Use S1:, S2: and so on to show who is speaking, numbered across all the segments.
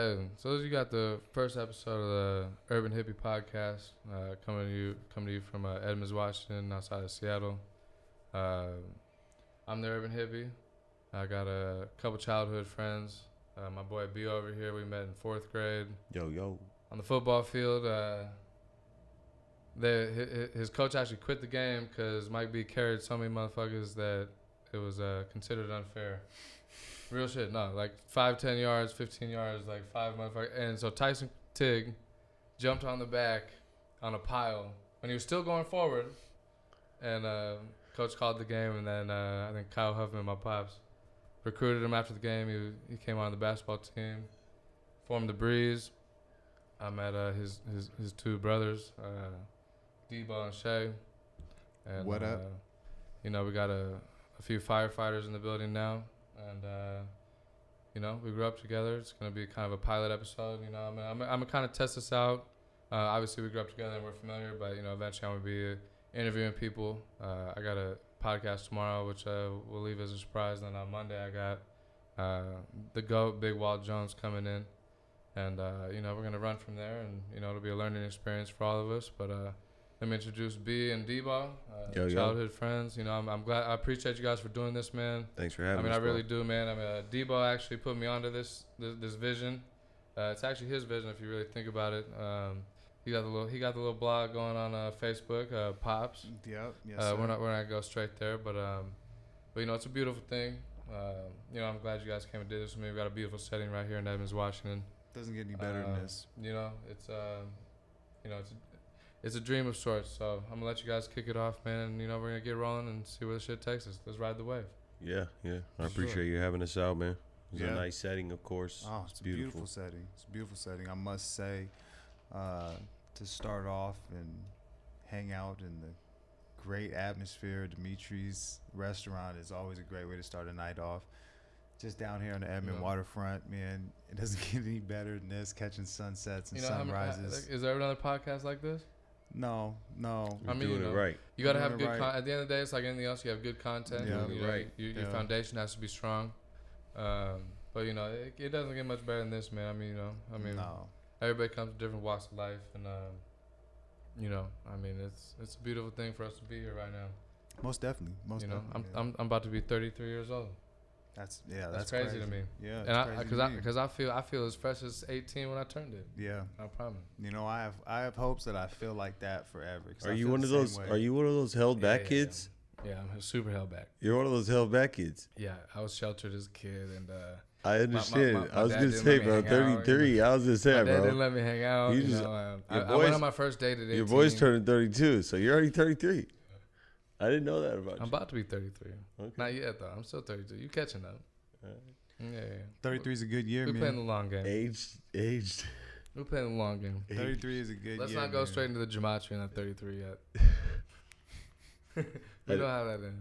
S1: you got the first episode of the Urban Hippie Podcast uh, coming to you coming to you from uh, Edmonds, Washington, outside of Seattle. Uh, I'm the Urban Hippie. I got a couple childhood friends. Uh, my boy B over here. We met in fourth grade
S2: Yo, yo.
S1: on the football field. Uh, they, hi- hi- his coach actually quit the game because Mike B carried so many motherfuckers that it was uh, considered unfair. Real shit, no, like five, ten yards, fifteen yards, like five motherfuckers. And so Tyson Tig jumped on the back on a pile when he was still going forward, and uh, coach called the game. And then uh, I think Kyle Huffman, my pops, recruited him after the game. He was- he came on the basketball team, formed the Breeze. I met uh, his, his his two brothers, uh, Debo and Shay. And,
S2: What up?
S1: Uh, you know, we got a, a few firefighters in the building now, and uh, you know, we grew up together. It's gonna be kind of a pilot episode. You know, I'm I'm, I'm gonna kind of test this out. Uh, obviously, we grew up together and we're familiar, but you know, eventually I'm gonna be interviewing people. Uh, I got a podcast tomorrow, which uh, we'll leave as a surprise. Then on Monday, I got uh, the goat Big Walt Jones coming in, and uh, you know, we're gonna run from there, and you know, it'll be a learning experience for all of us. But uh, let me introduce B and D Ball, uh,
S2: Yo, yo.
S1: childhood friends. You know, I'm, I'm glad I appreciate you guys for doing this, man.
S2: Thanks for having
S1: I mean,
S2: us.
S1: I
S2: bro.
S1: really do, man. I mean, uh, Debo actually put me onto this this, this vision. Uh, it's actually his vision if you really think about it. Um, he got the little he got the little blog going on uh, Facebook, uh, Pops.
S3: Yep. Yes.
S1: Uh,
S3: sir.
S1: we're not we're not gonna go straight there, but um, but you know it's a beautiful thing. Um, you know I'm glad you guys came and did this with me. We got a beautiful setting right here in Edmonds, Washington.
S3: Doesn't get any better
S1: Um,
S3: than this.
S1: You know it's um, you know it's it's a dream of sorts. So I'm gonna let you guys kick it off, man. And you know we're gonna get rolling and see where the shit takes us. Let's ride the wave.
S2: Yeah, yeah. I
S1: For sure.
S2: appreciate you having us out, man. It was
S3: Yeah.
S2: a nice setting, of course.
S3: Oh, it's, a beautiful. setting. It's a beautiful setting. I must say, uh, to start off and hang out in the great atmosphere, Dimitri's restaurant is always a great way to start a night off. Just down here on the Edmond
S1: Yeah.
S3: waterfront, man, it doesn't get any better than this. Catching sunsets and
S1: You know, how many- how-
S3: sunrises.
S1: like, is there another podcast like this?
S3: no, no.
S2: We're
S1: I mean,
S2: doing
S1: you know,
S2: it right.
S1: You got to
S3: Yeah,
S1: have good.
S3: right.
S1: Con- at the end of the day, it's like anything else. You have good content.
S3: Yeah,
S1: you know,
S2: right.
S1: you- Your
S3: Yeah.
S1: foundation has to be strong. Um, but you know, it, it doesn't get much better than this, man. I mean, you know, I mean,
S3: no.
S1: everybody comes from different walks of life, and um, you know, I mean, it's it's a beautiful thing for us to be here right now.
S3: Most definitely. Most
S1: you know, I'm,
S3: definitely. man.
S1: I'm I'm about to be 33 years old,
S3: that's yeah.
S1: that's
S3: That's,
S1: crazy to me.
S3: Yeah.
S1: and
S3: it's
S1: I
S3: crazy to
S1: because I
S3: me.
S1: because I feel I feel as fresh as 18 when I turned it.
S3: yeah.
S1: I promise.
S3: You know, I have I have hopes that I feel like that forever. 'cause
S2: Are
S3: I
S2: you
S3: feel
S2: one
S3: the
S2: of
S3: same
S2: those
S3: way.
S2: are you one of those held
S1: Yeah,
S2: back
S1: yeah, yeah.
S2: kids?
S1: Yeah, I'm super held back.
S2: You're one of those held back kids.
S1: Yeah, I was sheltered as a kid, and. uh
S2: I
S1: my-
S2: understand.
S1: my- my
S2: I was
S1: dad
S2: gonna
S1: didn't
S2: say,
S1: let me
S2: bro,
S1: hang out, you know.
S2: 33. I was gonna say,
S1: my dad didn't
S2: bro,
S1: let me hang out.
S2: You
S1: You,
S2: just-
S1: know, um, I,
S2: your
S1: I went
S2: boys-
S1: on my first date at 18.
S2: your boy's turning 32, so you're already 33. I didn't know that about
S1: I'm
S2: you.
S1: about to be 33.
S2: Okay.
S1: Not yet though. I'm still 32. You catching up?
S2: Alright.
S1: Yeah, yeah. yeah.
S3: 33 is a good
S1: We
S3: year,
S1: playing the
S3: man.
S1: long game.
S2: Aged, aged.
S1: We're playing the long game.
S2: aged.
S3: 33 is a good
S1: Let's
S3: year.
S1: not go
S3: man.
S1: straight into the gematria and the 33 yet.
S2: I-
S1: you know how that is.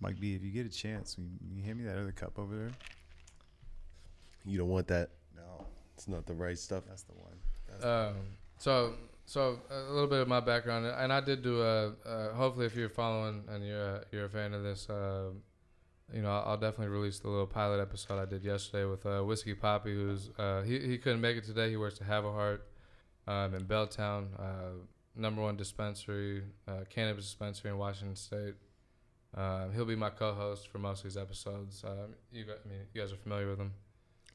S3: Mike B, if you get a chance, you, you hand me that other cup over there.
S2: You don't want that.
S3: No,
S2: It's not the right stuff.
S3: that's the one.
S1: Um, so, so a little bit of my background, and I did do a. Uh, hopefully, if you're following and you're a, you're a fan of this, um you know, I'll definitely release the little pilot episode I did yesterday with uh, Whiskey Poppy, who's uh, he he couldn't make it today. He works at Have a Heart um, in Belltown, uh, number one dispensary, uh, cannabis dispensary in Washington State. Um, he'll be my co-host for most of these episodes. Um, you, gu- I mean, you guys are familiar with him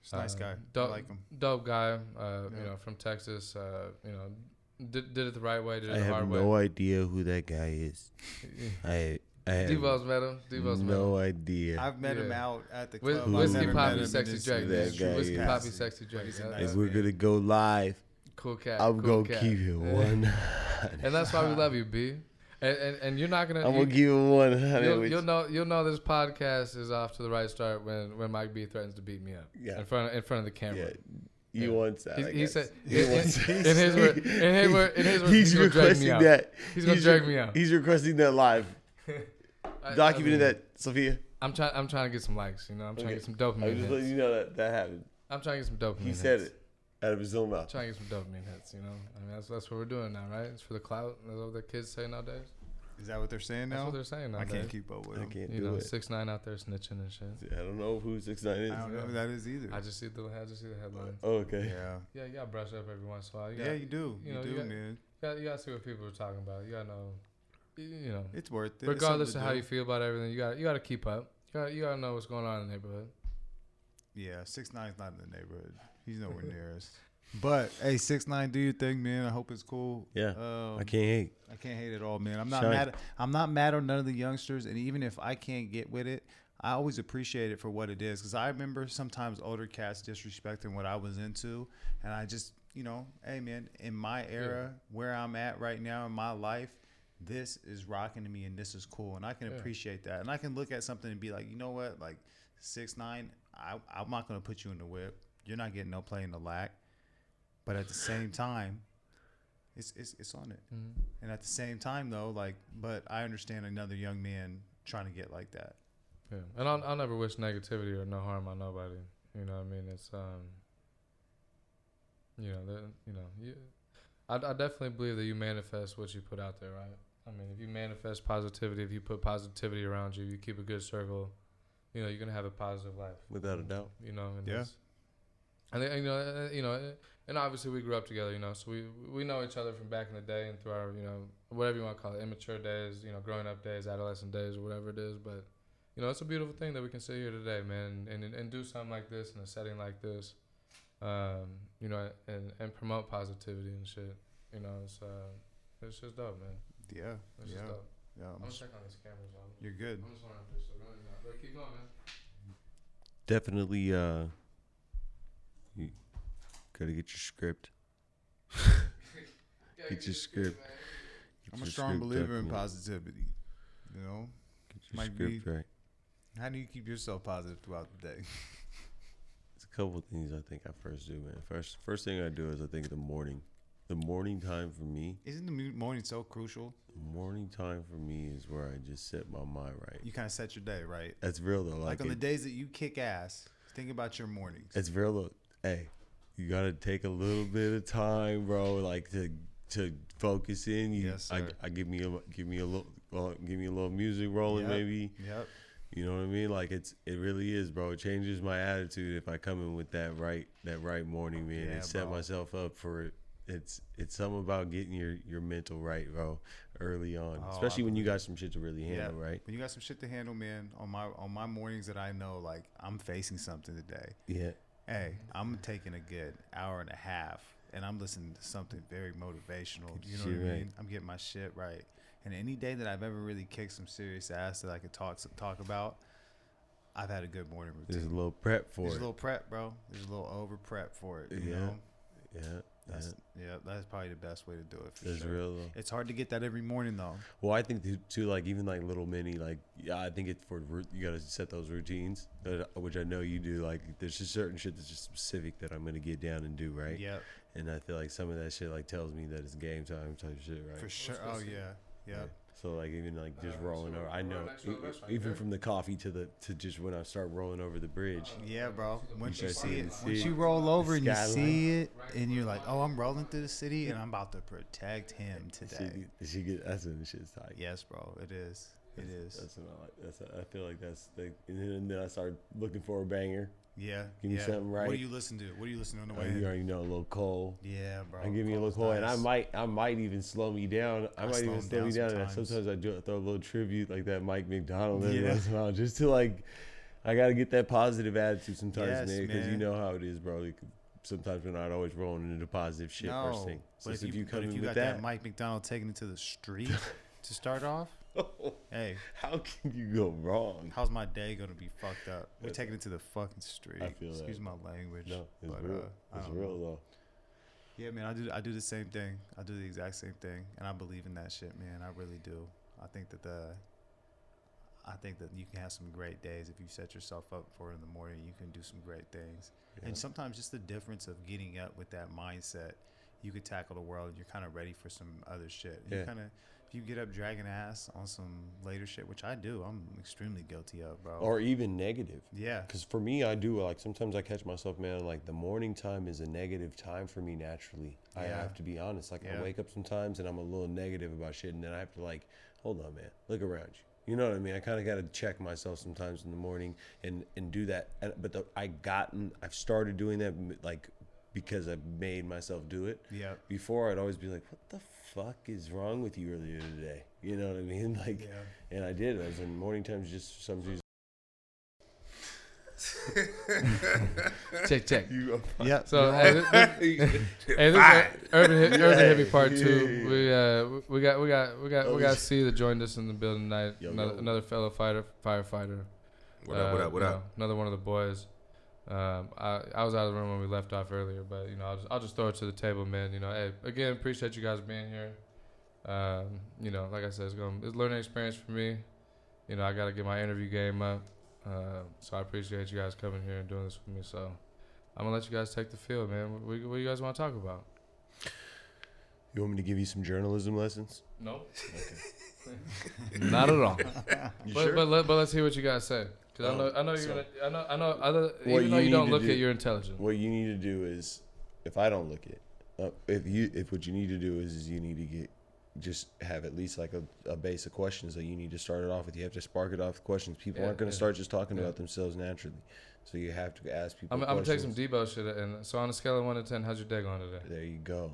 S3: He's a nice
S1: uh,
S3: guy. I
S1: dope-
S3: like him.
S1: Dope guy, uh,
S3: Yeah.
S1: you know, from Texas. Uh, you know, did, did it the right way, did it
S2: I
S1: the
S2: have
S1: hard way.
S2: no idea who that guy is. I, I have
S1: Debo's met him. Debo's met him.
S2: no idea.
S3: I've met him
S1: Yeah.
S3: out at the
S1: Whis-
S3: club. I've
S2: I've
S1: Whiskey
S3: never
S2: met
S1: Poppy,
S3: met him
S1: Sexy
S3: in
S1: Drake.
S3: his
S2: That guy
S1: Whiskey
S2: is-
S1: Poppy,
S3: capacity.
S1: Sexy Drake.
S3: He's a
S1: Yeah,
S3: nice
S2: if
S1: that's
S2: we're
S3: man.
S2: gonna go live,
S1: cool cat.
S2: I'm
S1: cool
S2: gonna
S1: cat.
S2: give him
S1: Yeah.
S2: one.
S1: And that's why we love you, B. And and, and you're not gonna.
S2: I'm
S1: you,
S2: gonna give him one
S1: will
S2: hundred.
S1: you'll know you'll know this podcast is off to the right start when, when Mike B threatens to beat me up
S2: Yeah.
S1: in front of, in front of the
S2: yeah,
S1: camera.
S2: you
S1: Yeah.
S2: want that?
S1: He,
S2: I
S1: he
S2: guess.
S1: said
S2: He
S1: in, in, in
S2: wants that.
S1: his word, in his word, in his word,
S2: he's,
S1: he's, gonna drag me
S2: requesting
S1: out.
S2: that.
S1: He's gonna drag
S2: re-
S1: me out.
S2: He's requesting that live.
S1: I- I
S2: Documented
S1: mean,
S2: that, Sophia.
S1: I'm trying. I'm trying to get some likes. You know, I'm trying
S2: Okay.
S1: to get some
S2: I'm
S1: dopamine
S2: just
S1: hits.
S2: letting you know that that happened.
S1: I'm trying to get some dopamine.
S2: He said
S1: hits.
S2: it out of his own mouth.
S1: Trying to get some dopamine hits. You know, I mean that's that's what we're doing now, right? It's for the clout. That's what the kids say nowadays.
S3: Is that what they're saying
S1: That's
S3: now?
S1: what they're saying.
S3: I
S1: nowadays.
S3: can't keep up with
S2: I
S3: them.
S2: can't
S1: You
S2: do
S1: know,
S2: it.
S1: six nine out there snitching and shit.
S2: I don't know who six nine is.
S3: I don't know who that is either.
S1: I just see the I just see the headline.
S2: Oh, okay.
S3: yeah.
S1: Yeah, you gotta brush up every once in a while. You
S3: Yeah,
S1: gotta,
S3: you
S1: you
S3: do. You,
S1: know,
S3: do,
S1: you got-
S3: man.
S1: you gotta, you gotta see what people are talking about. You gotta know, y- you know,
S3: It's worth it. It's
S1: regardless of
S3: something to
S1: how
S3: do.
S1: you feel about everything, you gotta you gotta keep up. You gotta you gotta know what's going on in the neighborhood.
S3: Yeah, six nine's not in the neighborhood. He's nowhere near us. But hey, six nine, do your thing, man. I hope it's cool.
S2: Yeah.
S3: Um,
S2: I can't hate.
S3: I can't hate it all, man. I'm not
S2: Shine.
S3: mad. I'm not mad on none of the youngsters, and even if I can't get with it, I always appreciate it for what it is. Because I remember sometimes older cats disrespecting what I was into, and I just, you know, hey, man, in my era, where I'm at right now in my life, this is rocking to me, and this is cool, and I can
S1: Yeah.
S3: appreciate that, and I can look at something and be like, you know what, like six nine, I, I'm not gonna put you in the whip. You're not getting no play in the lack, but at the same time, it's it's it's on it. And at the same time, though, like, but I understand another young man trying to get like that.
S1: Yeah, and I'll, I'll never wish negativity or no harm on nobody. You know what I mean? It's um, you know, the, you know, you, I, I definitely believe that you manifest what you put out there, right? I mean, if you manifest positivity, if you put positivity around you, you keep a good circle. You know, you're gonna have a positive life.
S2: Without a doubt.
S1: You know, and
S3: Yeah.
S1: it's- and then, you know, uh, you know, uh, and obviously we grew up together. You know, so we we know each other from back in the day and through our you know whatever you want to call it, immature days, you know, growing up days, adolescent days, or whatever it is. But you know, it's a beautiful thing that we can sit here today, man, and and, and do something like this in a setting like this, um, you know, and and promote positivity and shit. You know, it's uh, it's just dope, man.
S3: Yeah,
S1: It's
S3: yeah,
S1: just dope.
S3: yeah.
S1: I'm
S3: I'm
S1: gonna
S3: s-
S1: check on these cameras. I'm,
S3: You're good.
S1: I'm just wondering if they're still running. or not, But keep going, man.
S2: Definitely uh you gotta get your script.
S1: Yeah, give
S2: Get your
S1: me the
S2: script.
S1: man.
S2: Get
S3: I'm a
S2: your
S3: strong
S2: script
S3: believer in
S2: definitely.
S3: positivity. You know,
S2: Get your
S3: might
S2: script right.
S3: how do you keep yourself positive throughout the day?
S2: It's a couple of things I think I first do, man. First first thing I do is I think the morning. The morning time for me,
S3: Isn't the mu- morning so crucial?
S2: the morning time for me is where I just set my mind right.
S3: You kind of set your day, right?
S2: That's real though.
S3: Like,
S2: Like,
S3: on the
S2: it-
S3: days that you kick ass, think about your mornings.
S2: it's real though. Hey, you gotta take a little bit of time, bro. Like to to focus in. You,
S3: Yes,
S2: I,
S3: sir.
S2: I give me a give me a little well, give me a little music rolling
S3: Yep.
S2: maybe.
S3: Yep.
S2: You know what I mean? Like it's it really is, bro. It changes my attitude if I come in with that right that right morning, man,
S3: Yeah,
S2: and set
S3: bro.
S2: myself up for it. It's it's something about getting your your mental right, bro, early on,
S3: Oh, I
S2: especially when you got some shit to really handle,
S3: Yeah.
S2: right?
S3: When you got some shit to handle, man. On my on my mornings that I know, like I'm facing something today.
S2: Yeah,
S3: Hey, I'm taking a good hour and a half and I'm listening to something very motivational.
S2: Get
S3: You know
S2: your shit
S3: what I
S2: right.
S3: mean? I'm getting my shit right. And any day that I've ever really kicked some serious ass that I could talk talk about, I've had a good morning routine.
S2: there's a little prep for
S3: There's a
S2: it.
S3: little prep, bro. There's a little over prep for it. You
S2: Yeah,
S3: know?
S2: yeah, yeah,
S3: That's, yeah. that's probably the best way to do it for
S2: that's
S3: sure.
S2: real though.
S3: It's hard to get that every morning though.
S2: Well, I think too, too, like even like little mini, like yeah, I think it's for ru- you gotta set those routines, that, which I know you do. Like there's just certain shit that's just specific that I'm gonna get down and do, right?
S3: Yep.
S2: And I feel like some of that shit like tells me that it's game time type shit, right?
S3: For sure.
S1: supposed
S3: Oh
S1: to-
S3: yeah. Yep.
S2: So like even like just
S1: Uh,
S2: rolling
S1: so
S2: over, I
S1: we're
S2: know
S1: next to the
S2: e-
S1: restaurant,
S2: even
S1: yeah.
S2: from the coffee to the to just when I start rolling over the bridge.
S3: Yeah, bro. Once you
S2: guys
S3: see
S2: see
S3: it,
S2: the
S3: once
S2: city?
S3: you roll over and you
S2: Skyline?
S3: see it, and you're like, "Oh, I'm rolling through the city, and I'm about to protect him
S2: she,
S3: today."
S2: get- she get that's when the shit's tight.
S3: Yes, bro. It is. It is.
S2: That's when I like. That's I feel like that's the and then, and then I started looking for a banger.
S3: Yeah.
S2: Give me
S3: yeah.
S2: something
S3: What do
S2: right.
S3: you listen to? What do you listen to on the
S2: Oh,
S3: way?
S2: you
S3: in?
S2: already know a little Cole.
S3: Yeah, bro.
S2: I give me a little
S3: Cole's
S2: coin. I
S3: Oh, nice.
S2: might, I might even slow me down. I,
S3: I
S2: might
S3: slow
S2: even
S3: 'em
S2: slow
S3: down
S2: me down. And I-
S3: sometimes.
S2: sometimes I do I throw a little tribute like that Mike McDonald every
S3: Yeah.
S2: once in a while, just to like, I gotta get that positive attitude sometimes,
S3: Yes,
S2: man, because you
S3: man.
S2: know how it is, bro. Like, sometimes we're not always rolling into positive shit
S3: no,
S2: first thing. So
S3: but
S2: if you,
S3: but
S2: come
S3: if
S2: in
S3: you
S2: with
S3: got
S2: that,
S3: Mike McDonald taking it to the street to start off, hey,
S2: how can you go wrong?
S3: how's my day gonna be fucked up? We're taking it to the fucking street.
S2: feel that.
S3: Excuse my language.
S2: No, it's
S3: but,
S2: real.
S3: uh, I
S2: it's
S3: don't know.
S2: real though.
S3: Yeah, man, I do. I do the same thing. I do the exact same thing, and I believe in that shit, man. I really do. I think that the, I think that you can have some great days if you set yourself up for it in the morning. You can do some great things,
S2: Yeah.
S3: and sometimes just the difference of getting up with that mindset, you could tackle the world. You're kind of ready for some other shit. You
S2: Yeah.
S3: kind of, if you get up dragging ass on some later shit, which I do, I'm extremely guilty of, bro.
S2: Or even negative.
S3: yeah,
S2: Because for me, I do like sometimes I catch myself, man. Like the morning time is a negative time for me naturally. I
S3: Yeah.
S2: have to be honest. Like I
S3: Yeah.
S2: wake up sometimes and I'm a little negative about shit, and then I have to like hold on, man, look around you. You know what I mean? I kind of got to check myself sometimes in the morning and and do that. And, but the, I gotten, I've started doing that like because I made myself do it.
S3: Yeah.
S2: Before, I'd always be like, what the fuck is wrong with you earlier today? You know what I mean? Like, and I did. I was in morning times just some reason.
S1: Check, check.
S2: You
S3: Yeah.
S1: So, uh, hey, this, this- hey, this is Urban, Hi- Urban Hippie Part Two. We uh, we got we got we got we got C that joined us in the building tonight.
S2: Yo,
S1: another,
S2: yo.
S1: another fellow fighter, firefighter.
S4: What up?
S1: Uh,
S4: What up? What
S1: you
S4: up?
S1: know, another one of the boys. Um, I, I was out of the room when we left off earlier, but you know, I'll just, I'll just throw it to the table, man. You know, hey, again, appreciate you guys being here. Um, you know, like I said, it's going it's a learning experience for me. You know, I got to get my interview game up. Uh, so I appreciate you guys coming here and doing this with me. So I'm gonna let you guys take the field, man. What, what, what you guys want to talk about?
S2: You want me to give you some journalism lessons?
S1: No,
S4: Not at all.
S2: You
S1: but but, let, but let's hear what you guys say. Cause I
S2: Oh,
S1: know I know you're
S2: so-
S1: gonna I know I know other
S2: What
S1: even though
S2: you
S1: you don't
S2: need to
S1: look
S2: do-
S1: it, you're intelligent.
S2: What you need to do is, if I don't look it, uh, if you if what you need to do is, is you need to get just have at least like a, a base of questions that you need to start it off with. You have to spark it off with questions. People
S1: Yeah,
S2: aren't going to
S1: yeah.
S2: start just talking
S1: Yeah.
S2: about themselves naturally, so you have to ask people.
S1: I'm, I'm gonna take some Debo
S2: questions.
S1: shit. And so on a scale of one to ten, how's your day going today?
S2: There you go.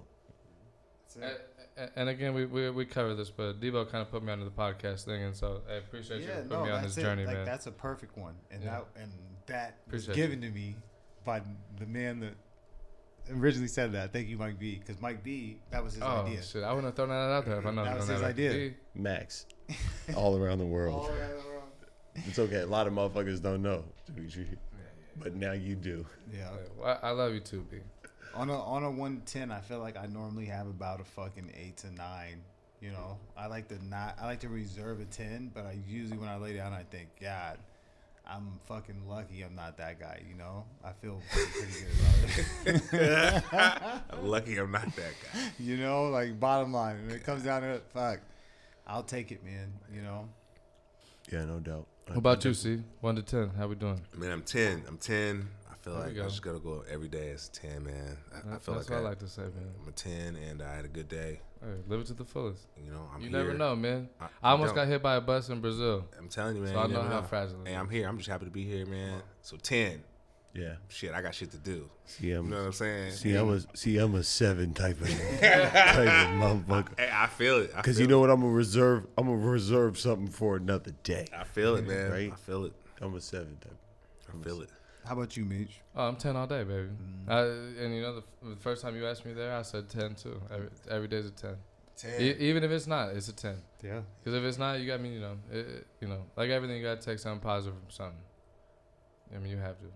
S1: And, and again, we, we we covered this, but Debo kind of put me onto the podcast thing, and so I appreciate you
S3: Yeah,
S1: putting
S3: no,
S1: me on
S3: that's
S1: this
S3: it.
S1: journey,
S3: like
S1: man.
S3: that's a perfect one, and
S1: Yeah.
S3: that and that was
S1: Appreciate
S3: given to me by the man that originally said that. Thank you, Mike B, because Mike B, that was his
S1: oh
S3: idea.
S1: shit, I wouldn't have thrown that out there if I know
S3: That was
S1: done
S3: his idea.
S1: D,
S2: Max, all around the world. It's okay. A lot of motherfuckers don't know, but now you do.
S3: Yeah.
S1: yeah, well, I I love you too, B.
S3: On a on a one ten, I feel like I normally have about a fucking eight to nine. You know, I like to not, I like to reserve a ten, but I usually when I lay down, I think, God, I'm fucking lucky. I'm not that guy. You know, I feel pretty good about it.
S4: I'm lucky I'm not that guy.
S3: You know, like bottom line, when it comes down to it, fuck, I'll take it, man. You know,
S2: Yeah, no doubt.
S1: What about you, C? One to ten, how we doing?
S4: Man, I'm ten. I'm ten. I feel
S1: There
S4: like
S1: we
S4: I
S1: go.
S4: just gotta go every day as a ten, man. I, I
S1: That-
S4: feel
S1: that's
S4: like, I,
S1: what I like to say, man.
S4: am a ten, and I had a good day.
S1: Hey, live it to the fullest.
S4: You know, I'm
S1: You
S4: here.
S1: never know, man.
S4: I,
S1: I almost
S4: don't.
S1: got hit by a bus in Brazil,
S4: I'm telling you, man.
S1: so I
S4: you
S1: know
S4: never
S1: how fragile. it
S4: Hey,
S1: is.
S4: I'm here. I'm just happy to be here, man. So ten.
S2: Yeah.
S4: Shit, I got shit to do.
S2: See, I'm,
S4: You know what I'm saying?
S2: see, I'm a see, I'm a seven type of type of motherfucker.
S4: Hey, I feel it. I
S2: Cause
S4: feel
S2: you know what? I'm gonna reserve. I'm gonna reserve something for another day.
S4: it. I feel it, man.
S2: Right?
S4: I feel it.
S2: I'm a seven type.
S4: I feel it.
S3: how about you, Meech?
S1: Oh, I'm ten all day, baby.
S3: Mm.
S1: I, and you know, the, f- the first time you asked me there, I said ten too. Every, every day's a ten,
S4: Ten.
S1: E- even if it's not, it's a ten.
S3: Yeah,
S1: Because if it's not, you got I mean, you know, it, it- you know, like everything, you gotta take something positive from something. I mean, you have to.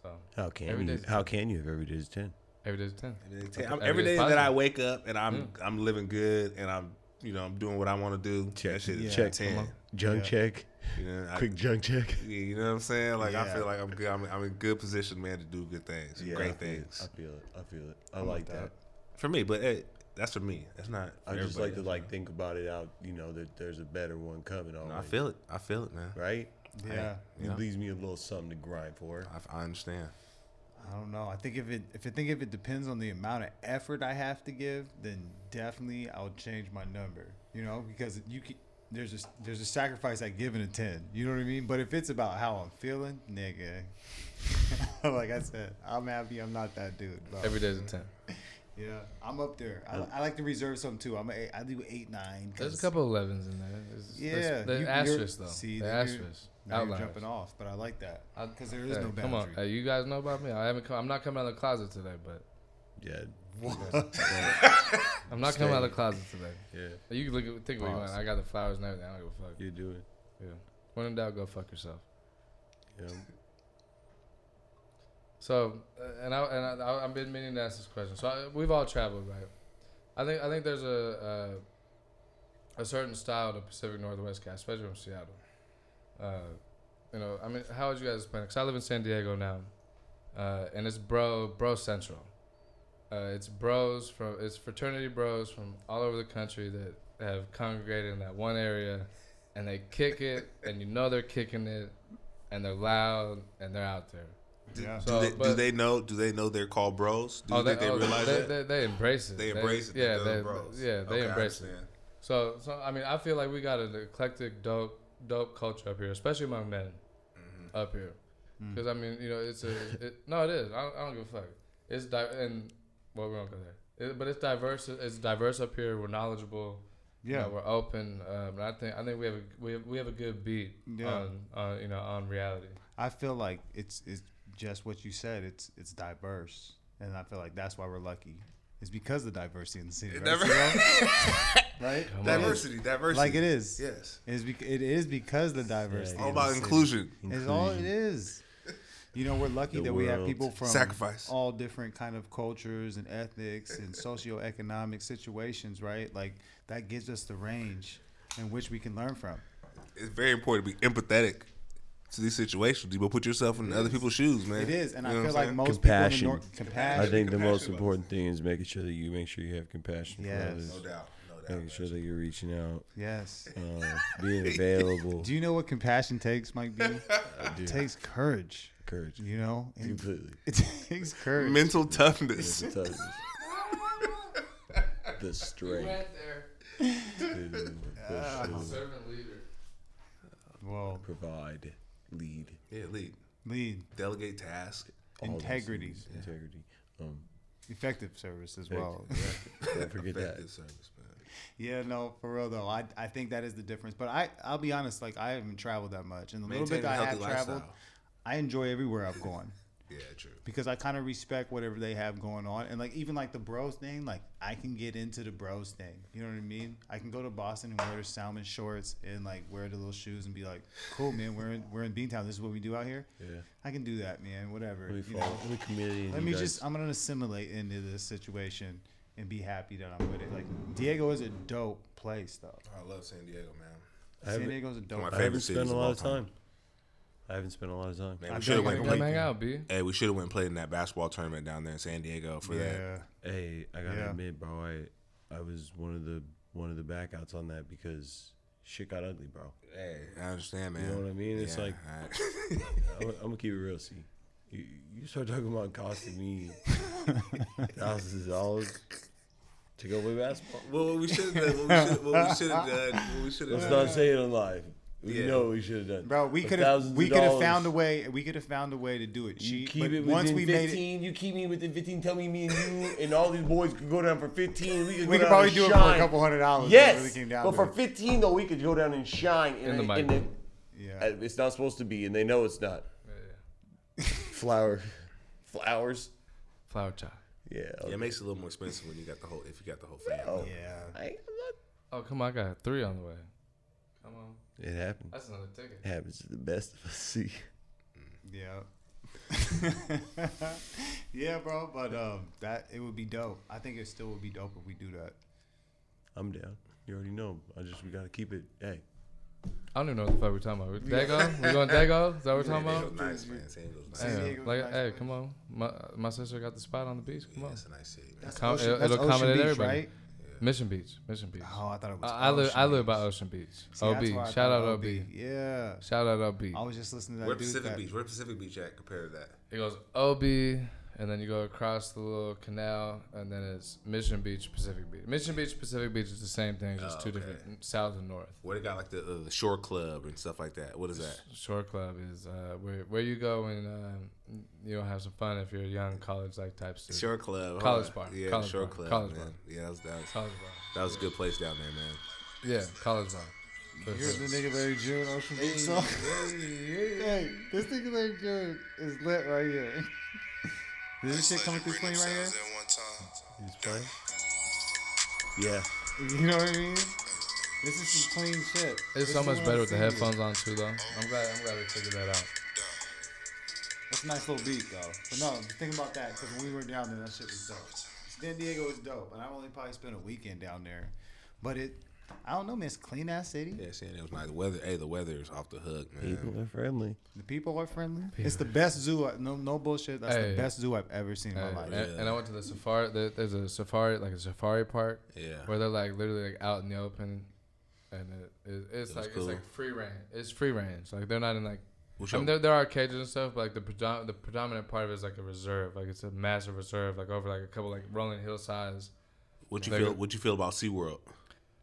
S1: So
S2: How can
S1: Every
S2: you?
S1: day's-
S2: How can you if every day is ten?
S1: every day's a ten.
S4: Every day- I'm,
S1: Every
S4: every
S1: day's
S4: day that I
S1: positive.
S4: wake up and I'm
S1: Mm.
S4: I'm living good and I'm you know I'm doing what I want to do.
S2: Check.
S4: That shit is
S3: Yeah.
S4: check ten.
S2: Junk
S3: Yeah.
S2: check.
S4: You know, I,
S2: Quick junk check.
S4: yeah, you know what I'm saying? Like I
S3: Yeah.
S4: feel like I'm good. I'm, I'm in good position, man, to do good things, great things
S2: I feel it. I feel it. I
S3: I'm
S2: like
S3: with that.
S2: that.
S4: for me. But hey, that's for me. That's not. For
S2: I just like
S4: everybody
S2: to
S4: else,
S2: like
S4: man.
S2: think about it out. You know that there's a better one coming.
S4: No,
S2: Always.
S4: I feel it. I feel it, man.
S2: Right.
S3: yeah.
S4: Yeah.
S2: It leaves me a little something to grind for.
S4: I, I understand.
S3: I don't know. I think if it if I think if it depends on the amount of effort I have to give, then definitely I'll change my number. You know, because you can, there's a there's a sacrifice I give in a ten. You know what I mean? But if it's about how I'm feeling, nigga, like I said, I'm happy. I'm not that dude. bro.
S1: Every day's a ten.
S3: yeah, I'm up there. I, I like to reserve some too. I'm a, I do eight nine.
S1: There's a
S3: 'cause-
S1: couple elevens in there. There's,
S3: Yeah,
S1: there's, there's
S3: you- you're-
S1: asterisk though.
S3: see,
S1: See, the
S3: then you're-
S1: asterisk.
S3: Now you're
S1: Outliers.
S3: jumping off, but I like that
S1: I-
S3: because there is
S1: Hey,
S3: no
S1: come on,
S3: boundary.
S1: hey, you guys know about me. I haven't. Come, I'm not coming out of the closet today, but
S2: Yeah.
S1: I'm not coming out of the closet today.
S2: Yeah.
S1: You can look at, think what you want.
S3: Pause.
S1: I got the flowers and everything. I don't give a fuck.
S2: You do it.
S1: Yeah. When in doubt, go fuck yourself.
S2: Yeah.
S1: So, uh, and I and I, I, I've been meaning to ask this question. So I, we've all traveled, right? I think I think there's a a, a certain style to Pacific Northwest guy, especially from Seattle. Uh, you know, I mean, how would you guys explain it? Because I live in San Diego now, uh, and it's bro bro central. Uh, it's bros from it's fraternity bros from all over the country that have congregated in that one area, and they kick it, and you know they're kicking it, and they're loud, and they're out there.
S3: Yeah.
S1: So,
S4: do, they, do
S1: Uh, but-
S4: they know? Do they know they're called bros? Do you think they,
S1: oh,
S4: realize
S1: they,
S4: that?
S1: They, they embrace it.
S4: They embrace it. that
S1: Yeah,
S4: they're
S1: they,
S4: bros.
S1: yeah, they
S4: Okay, I
S1: embrace it.
S4: understand.
S1: So, so I mean, I feel like we got an eclectic, dope, dope culture up here, especially among men
S4: Mm-hmm.
S1: up here.
S3: Mm.
S1: Because I mean, you know, it's a it, no, it is. I don't, I don't give a fuck. It's di- and well, we won't go there. It, but it's diverse. It's diverse up here. We're knowledgeable. you
S3: Yeah.
S1: know, we're open. Um, and I think I think we have a we have, we have a good beat
S3: Yeah.
S1: on, on you know on reality.
S3: I feel like it's it's just what you said. It's it's diverse, and I feel like that's why we're lucky. It's because of diversity in the city, right?
S4: Diver-
S3: Ciro? right?
S4: diversity, diversity.
S3: Like it is.
S4: Yes.
S3: It's bec- it is because of the diversity.
S4: All
S3: in the
S4: about
S3: city.
S4: inclusion.
S3: It's all it is. You know, we're lucky
S2: The
S3: that we have
S2: world.
S3: people from
S4: Sacrifice.
S3: all different kind of cultures and ethnics and socioeconomic situations, right? Like that gives us the range in which we can learn from.
S4: It's very important to be empathetic to these situations. You will put yourself in other people's shoes, man.
S3: It is, and
S4: You know
S3: I feel
S4: what I'm
S3: like
S4: saying?
S3: most
S2: Compassion.
S3: people in the North, compassion.
S2: I think the
S4: compassion
S2: most
S4: levels.
S2: important thing is making sure that you make sure you have compassion
S3: Yes.
S2: for others.
S4: No doubt. No doubt.
S2: Making
S4: man.
S2: sure that you're reaching out,
S3: yes.
S2: uh, being available.
S3: Do you know what compassion takes, Mike B?
S2: do.
S3: It takes courage.
S2: Courage.
S3: You know, And
S2: Completely.
S3: it takes courage.
S4: Mental toughness.
S2: It does. the strength.
S1: there,
S2: to push through,
S1: servant leader.
S3: Well,
S2: provide, lead.
S4: Yeah, lead.
S3: lead,
S4: Delegate task.
S2: all those
S3: Integrity.
S2: things. Integrity. Um,
S3: effective service as well.
S2: don't forget that.
S4: Effective service, man.
S3: Yeah, no, for real though. I, I think that is the difference. But I I'll be honest, like I haven't traveled that much, and the little bit
S4: Maintain
S3: that
S4: a
S3: I have
S4: healthy
S3: traveled,
S4: lifestyle.
S3: I enjoy everywhere I've gone
S4: Yeah, true.
S3: because I kind of respect whatever they have going on, and like even like the Bros thing, like I can get into the Bros thing. You know what I mean? I can go to Boston and wear salmon shorts and like wear the little shoes and be like, cool, man. We're in we're in Beantown. This is what we do out here.
S2: Yeah.
S3: I can do that, man. Whatever.
S2: Let me
S3: you
S2: fall
S3: know?
S2: in the community. and
S3: Let
S2: you
S3: me
S2: guys-
S3: just. I'm gonna assimilate into this situation and be happy that I'm with it. Like Diego is a dope place, though.
S4: I love San Diego, man.
S2: I
S3: San
S2: haven't,
S3: Diego's a
S4: Come
S3: dope.
S4: on,
S2: I
S4: Favorite
S2: haven't
S4: cities
S2: spent a
S4: of
S2: lot
S4: all
S2: of time.
S4: time.
S2: I haven't spent a lot of time.
S4: Man,
S3: I
S4: we should have
S3: feel
S4: went
S3: like I'm
S4: and
S1: Come hang
S4: played.
S1: out, B.
S4: Hey, we should have went and played in that basketball tournament down there in San Diego for that.
S3: Yeah,
S2: Hey, I gotta
S3: Yeah.
S2: admit, bro, I I was one of the one of the backouts on that because shit got ugly, bro.
S4: Hey, I understand, man.
S2: know what I mean? It's like-
S4: I-
S2: I'm, I'm gonna keep it real, see. You, you start talking about costing me thousands of dollars to go play basketball.
S4: well, what we should have done, what we should- what we should have done, what we should have
S2: Let's
S4: done.
S2: not say it on live. We
S4: Yeah.
S2: know what we should have done,
S3: bro. We
S2: But
S3: could have.
S2: thousands
S3: We
S2: of
S3: could have
S2: dollars,
S3: found a way. We could have found a way to do it
S2: You
S3: cheap.
S2: keep
S3: but
S2: it within
S3: once we made it,
S2: fifteen. you keep me within fifteen. Tell me, me and you and all these boys could go down for fifteen. We could,
S3: we
S2: go down
S3: could probably
S2: and
S3: do it for a
S2: shine.
S3: couple hundred dollars. if it
S2: Yes,
S3: really came down
S2: but
S3: to
S2: for
S3: it.
S2: fifteen though, we could go down and shine in,
S1: the
S2: a-
S1: mic.
S2: in
S3: yeah,
S2: the- uh, it's not supposed to be, and they know it's not.
S1: Yeah, yeah.
S2: Flower, flowers.
S1: Flower child.
S2: Yeah.
S4: Yeah, it makes it a little more expensive when you got the whole if you got the whole family.
S2: Oh.
S3: yeah.
S2: I, I'm not
S1: Oh, come on, I got three on the way. Come on,
S2: It happens.
S1: that's another ticket.
S2: It happens to the best of us. See,
S3: Yeah. yeah, bro. But um, that it would be dope. I think it still would be dope if we do that.
S2: I'm down. You already know. I just we gotta keep it. Hey,
S1: I don't even know what the fuck we're talking about. Dago? we going Dago? Is that what we're
S4: San
S1: talking about?
S4: Diego's nice, man. San Diego's nice.
S1: Hey,
S3: San Diego's
S1: like,
S3: nice
S1: hey,
S3: place.
S1: come on. My, my sister got the spot on the beach. Come
S4: Yeah,
S1: on.
S4: it's a nice city, man.
S1: Com-
S3: Ocean-
S1: it'll-
S3: that's
S1: it'll
S3: Ocean
S1: accommodate
S3: Beach,
S1: everybody.
S3: right?
S1: Mission Beach. Mission Beach.
S3: Oh, I thought it
S1: I,
S3: was.
S1: I live. I
S3: Ocean
S1: live
S3: Beach.
S1: by Ocean Beach.
S3: See, that's
S1: OB.
S3: why I
S1: Shout
S3: thought
S1: out OB.
S3: Yeah.
S1: Shout out OB.
S3: I was just listening to that
S4: Where
S3: dude.
S4: Pacific
S3: that-
S4: Beach? Where Pacific Beach at compared to that?
S1: It goes OB, and then you go across the little canal, and then it's Mission Beach, Pacific Beach. Mission Beach, Pacific Beach is the same thing, just
S4: Oh,
S1: two
S4: okay.
S1: different south and north.
S4: Where they got like the uh, shore club and stuff like that. What is that?
S1: Shore Club is uh, where where you go and um, you'll have some fun if you're a young college like type student.
S4: Shore club.
S1: College
S4: huh?
S1: bar,
S4: Yeah,
S1: college
S4: shore
S1: bar,
S4: club.
S1: college
S4: man.
S1: bar.
S4: Yeah, that was that was,
S1: College bar.
S4: that was a good place down there, man.
S1: Yeah, college bar. For
S3: Here's
S1: sure.
S3: the nigga Larry June Ocean Beach song. Hey, this nigga Larry June is lit right here. Is this shit coming through clean right
S2: he's playing. Yeah.
S3: here? You know what I mean? This is some clean shit.
S1: It's
S3: This
S1: so
S3: is
S1: much
S3: what
S1: better
S3: I'm
S1: with the
S3: saying.
S1: headphones on too, though. I'm glad. I'm glad we figured that out.
S3: That's a nice little beat though. But no, think about that because when we were down there, that shit was dope. San Diego is dope, and I only probably spent a weekend down there. But it, I don't know, man. It's a clean ass city.
S4: Yeah, San Diego's nice. The weather. Hey, the weather is off the hook, man.
S2: People are friendly.
S3: The people are friendly. It's the best zoo. I- No, no bullshit. That's
S1: Hey.
S3: the best zoo I've ever seen in my
S1: And,
S3: life.
S1: and- and I went to the safari. there- There's a safari, like a safari park,
S4: Yeah.
S1: where they're like literally like out in the open, and it, it, it's
S4: It was
S1: like
S4: cool.
S1: it's like free range. It's free range. Like they're not in like.
S4: What's
S1: I mean,
S4: your-
S1: there, there are cages and stuff, but like the predom- the predominant part of it is like a reserve. Like it's a massive reserve, like over like a couple like rolling hillsides.
S4: what you
S1: Like-
S4: feel? What you feel about SeaWorld?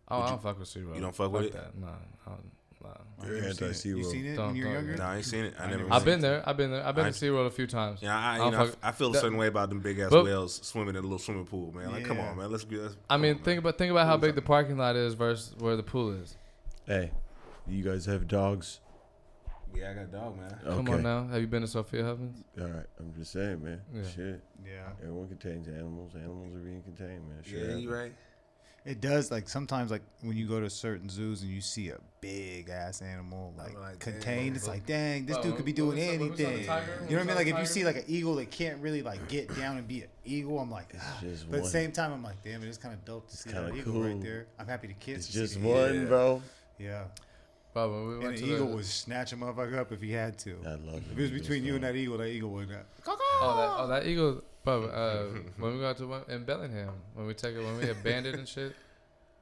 S1: Oh,
S4: Would
S1: I
S4: you-
S1: don't fuck with C-Roll.
S4: You don't fuck with it?
S1: that. Nah, I don't, nah.
S3: I've
S2: You're
S3: never seen it.
S2: anti-C
S3: You
S2: roll.
S3: seen it
S1: Don't-
S3: when you were
S1: don't-
S3: younger?
S4: No, I ain't seen it. I
S3: I
S4: never.
S3: never
S4: seen
S3: I've
S1: I've
S4: it.
S1: been there. I've been there. I've been
S4: I-
S1: to SeaWorld a few times.
S4: Yeah, I, you
S1: I don't
S4: know, I
S1: fuck-
S4: f- I feel the
S1: that-
S4: same way about them big ass
S1: But-
S4: whales swimming in a little swimming pool, man. Like, come
S3: Yeah.
S4: on, man. Let's get. Let's,
S1: I mean,
S4: come
S1: think
S4: on, man.
S1: about think about how
S4: Pool's
S1: big the
S4: up.
S1: parking lot is versus where the pool is.
S2: Hey, you guys have dogs?
S4: Yeah, I got a dog, man.
S2: Okay.
S1: Come on now, have you been to Sophia Heavens?
S2: All right. I'm just saying, man.
S1: Yeah.
S2: Shit.
S3: Yeah.
S2: Everyone contains animals. Animals are being contained, man. Sure.
S4: Yeah, you right.
S3: It does like sometimes like when you go to certain zoos and you see a big ass animal like,
S4: I'm like, dang,
S3: contained, it's
S4: bro.
S3: like dang, this
S1: Bro,
S3: dude could be
S1: when
S3: doing
S1: we saw- when we saw the
S3: anything.
S1: tiger- when
S3: you
S1: we
S3: know what I
S1: saw
S3: mean?
S1: the
S3: Like if you
S1: tiger-
S3: see like an eagle that can't really like get down and be an eagle, I'm like, ah.
S2: just
S3: but at
S2: one.
S3: the same time, I'm like, damn, it is kind of dope to see that
S2: kinda
S3: eagle right
S2: cool.
S3: there. I'm happy the kids.
S2: It's
S3: can see
S2: just
S3: the eagle.
S2: one, bro.
S3: Yeah,
S1: Bro, when we
S3: and
S1: went
S3: the
S1: to
S3: eagle
S1: the,
S3: would snatch a motherfucker up if he had to.
S2: I love
S3: If it was between you and that eagle, that eagle would. not.
S1: oh that oh that eagle, bro. Uh, when we go out to one, in Bellingham, when we take it, when we had Bandit and shit.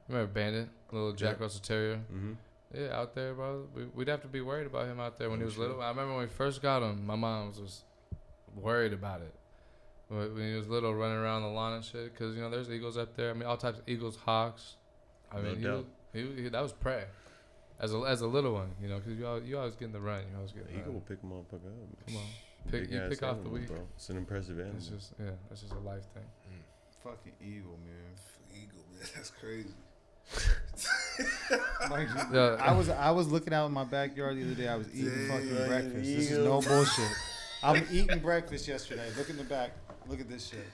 S1: Remember Bandit, little Jack Russell Terrier?
S4: Mm-hmm.
S1: Yeah, out there, bro. We, we'd have to be worried about him out there
S2: Oh,
S1: when he was little. I remember when we first got him, my mom was just worried about it. When when he was little, running around the lawn and shit, because you know there's eagles up there. I mean, all types of eagles, hawks. I
S2: No
S1: mean, he,
S2: doubt.
S1: was- he, he that was prey. As a as a little one, you know, because you always, you always get in the run. You always get in the
S2: eagle will
S1: run.
S2: pick a motherfucker up.
S1: Come on, pick you
S2: Big-ass
S1: pick off the
S2: animal,
S1: weak.
S2: Bro. It's an impressive animal.
S1: It's just yeah, it's just a life thing.
S3: Fucking eagle, man.
S4: Eagle, man. That's crazy.
S3: Like,
S1: Yeah.
S3: I was I was looking out in my backyard the other day. I was eating
S4: Damn,
S3: fucking breakfast. This is no
S2: eagles.
S3: bullshit. I'm eating breakfast yesterday. Look in the back. Look at this shit.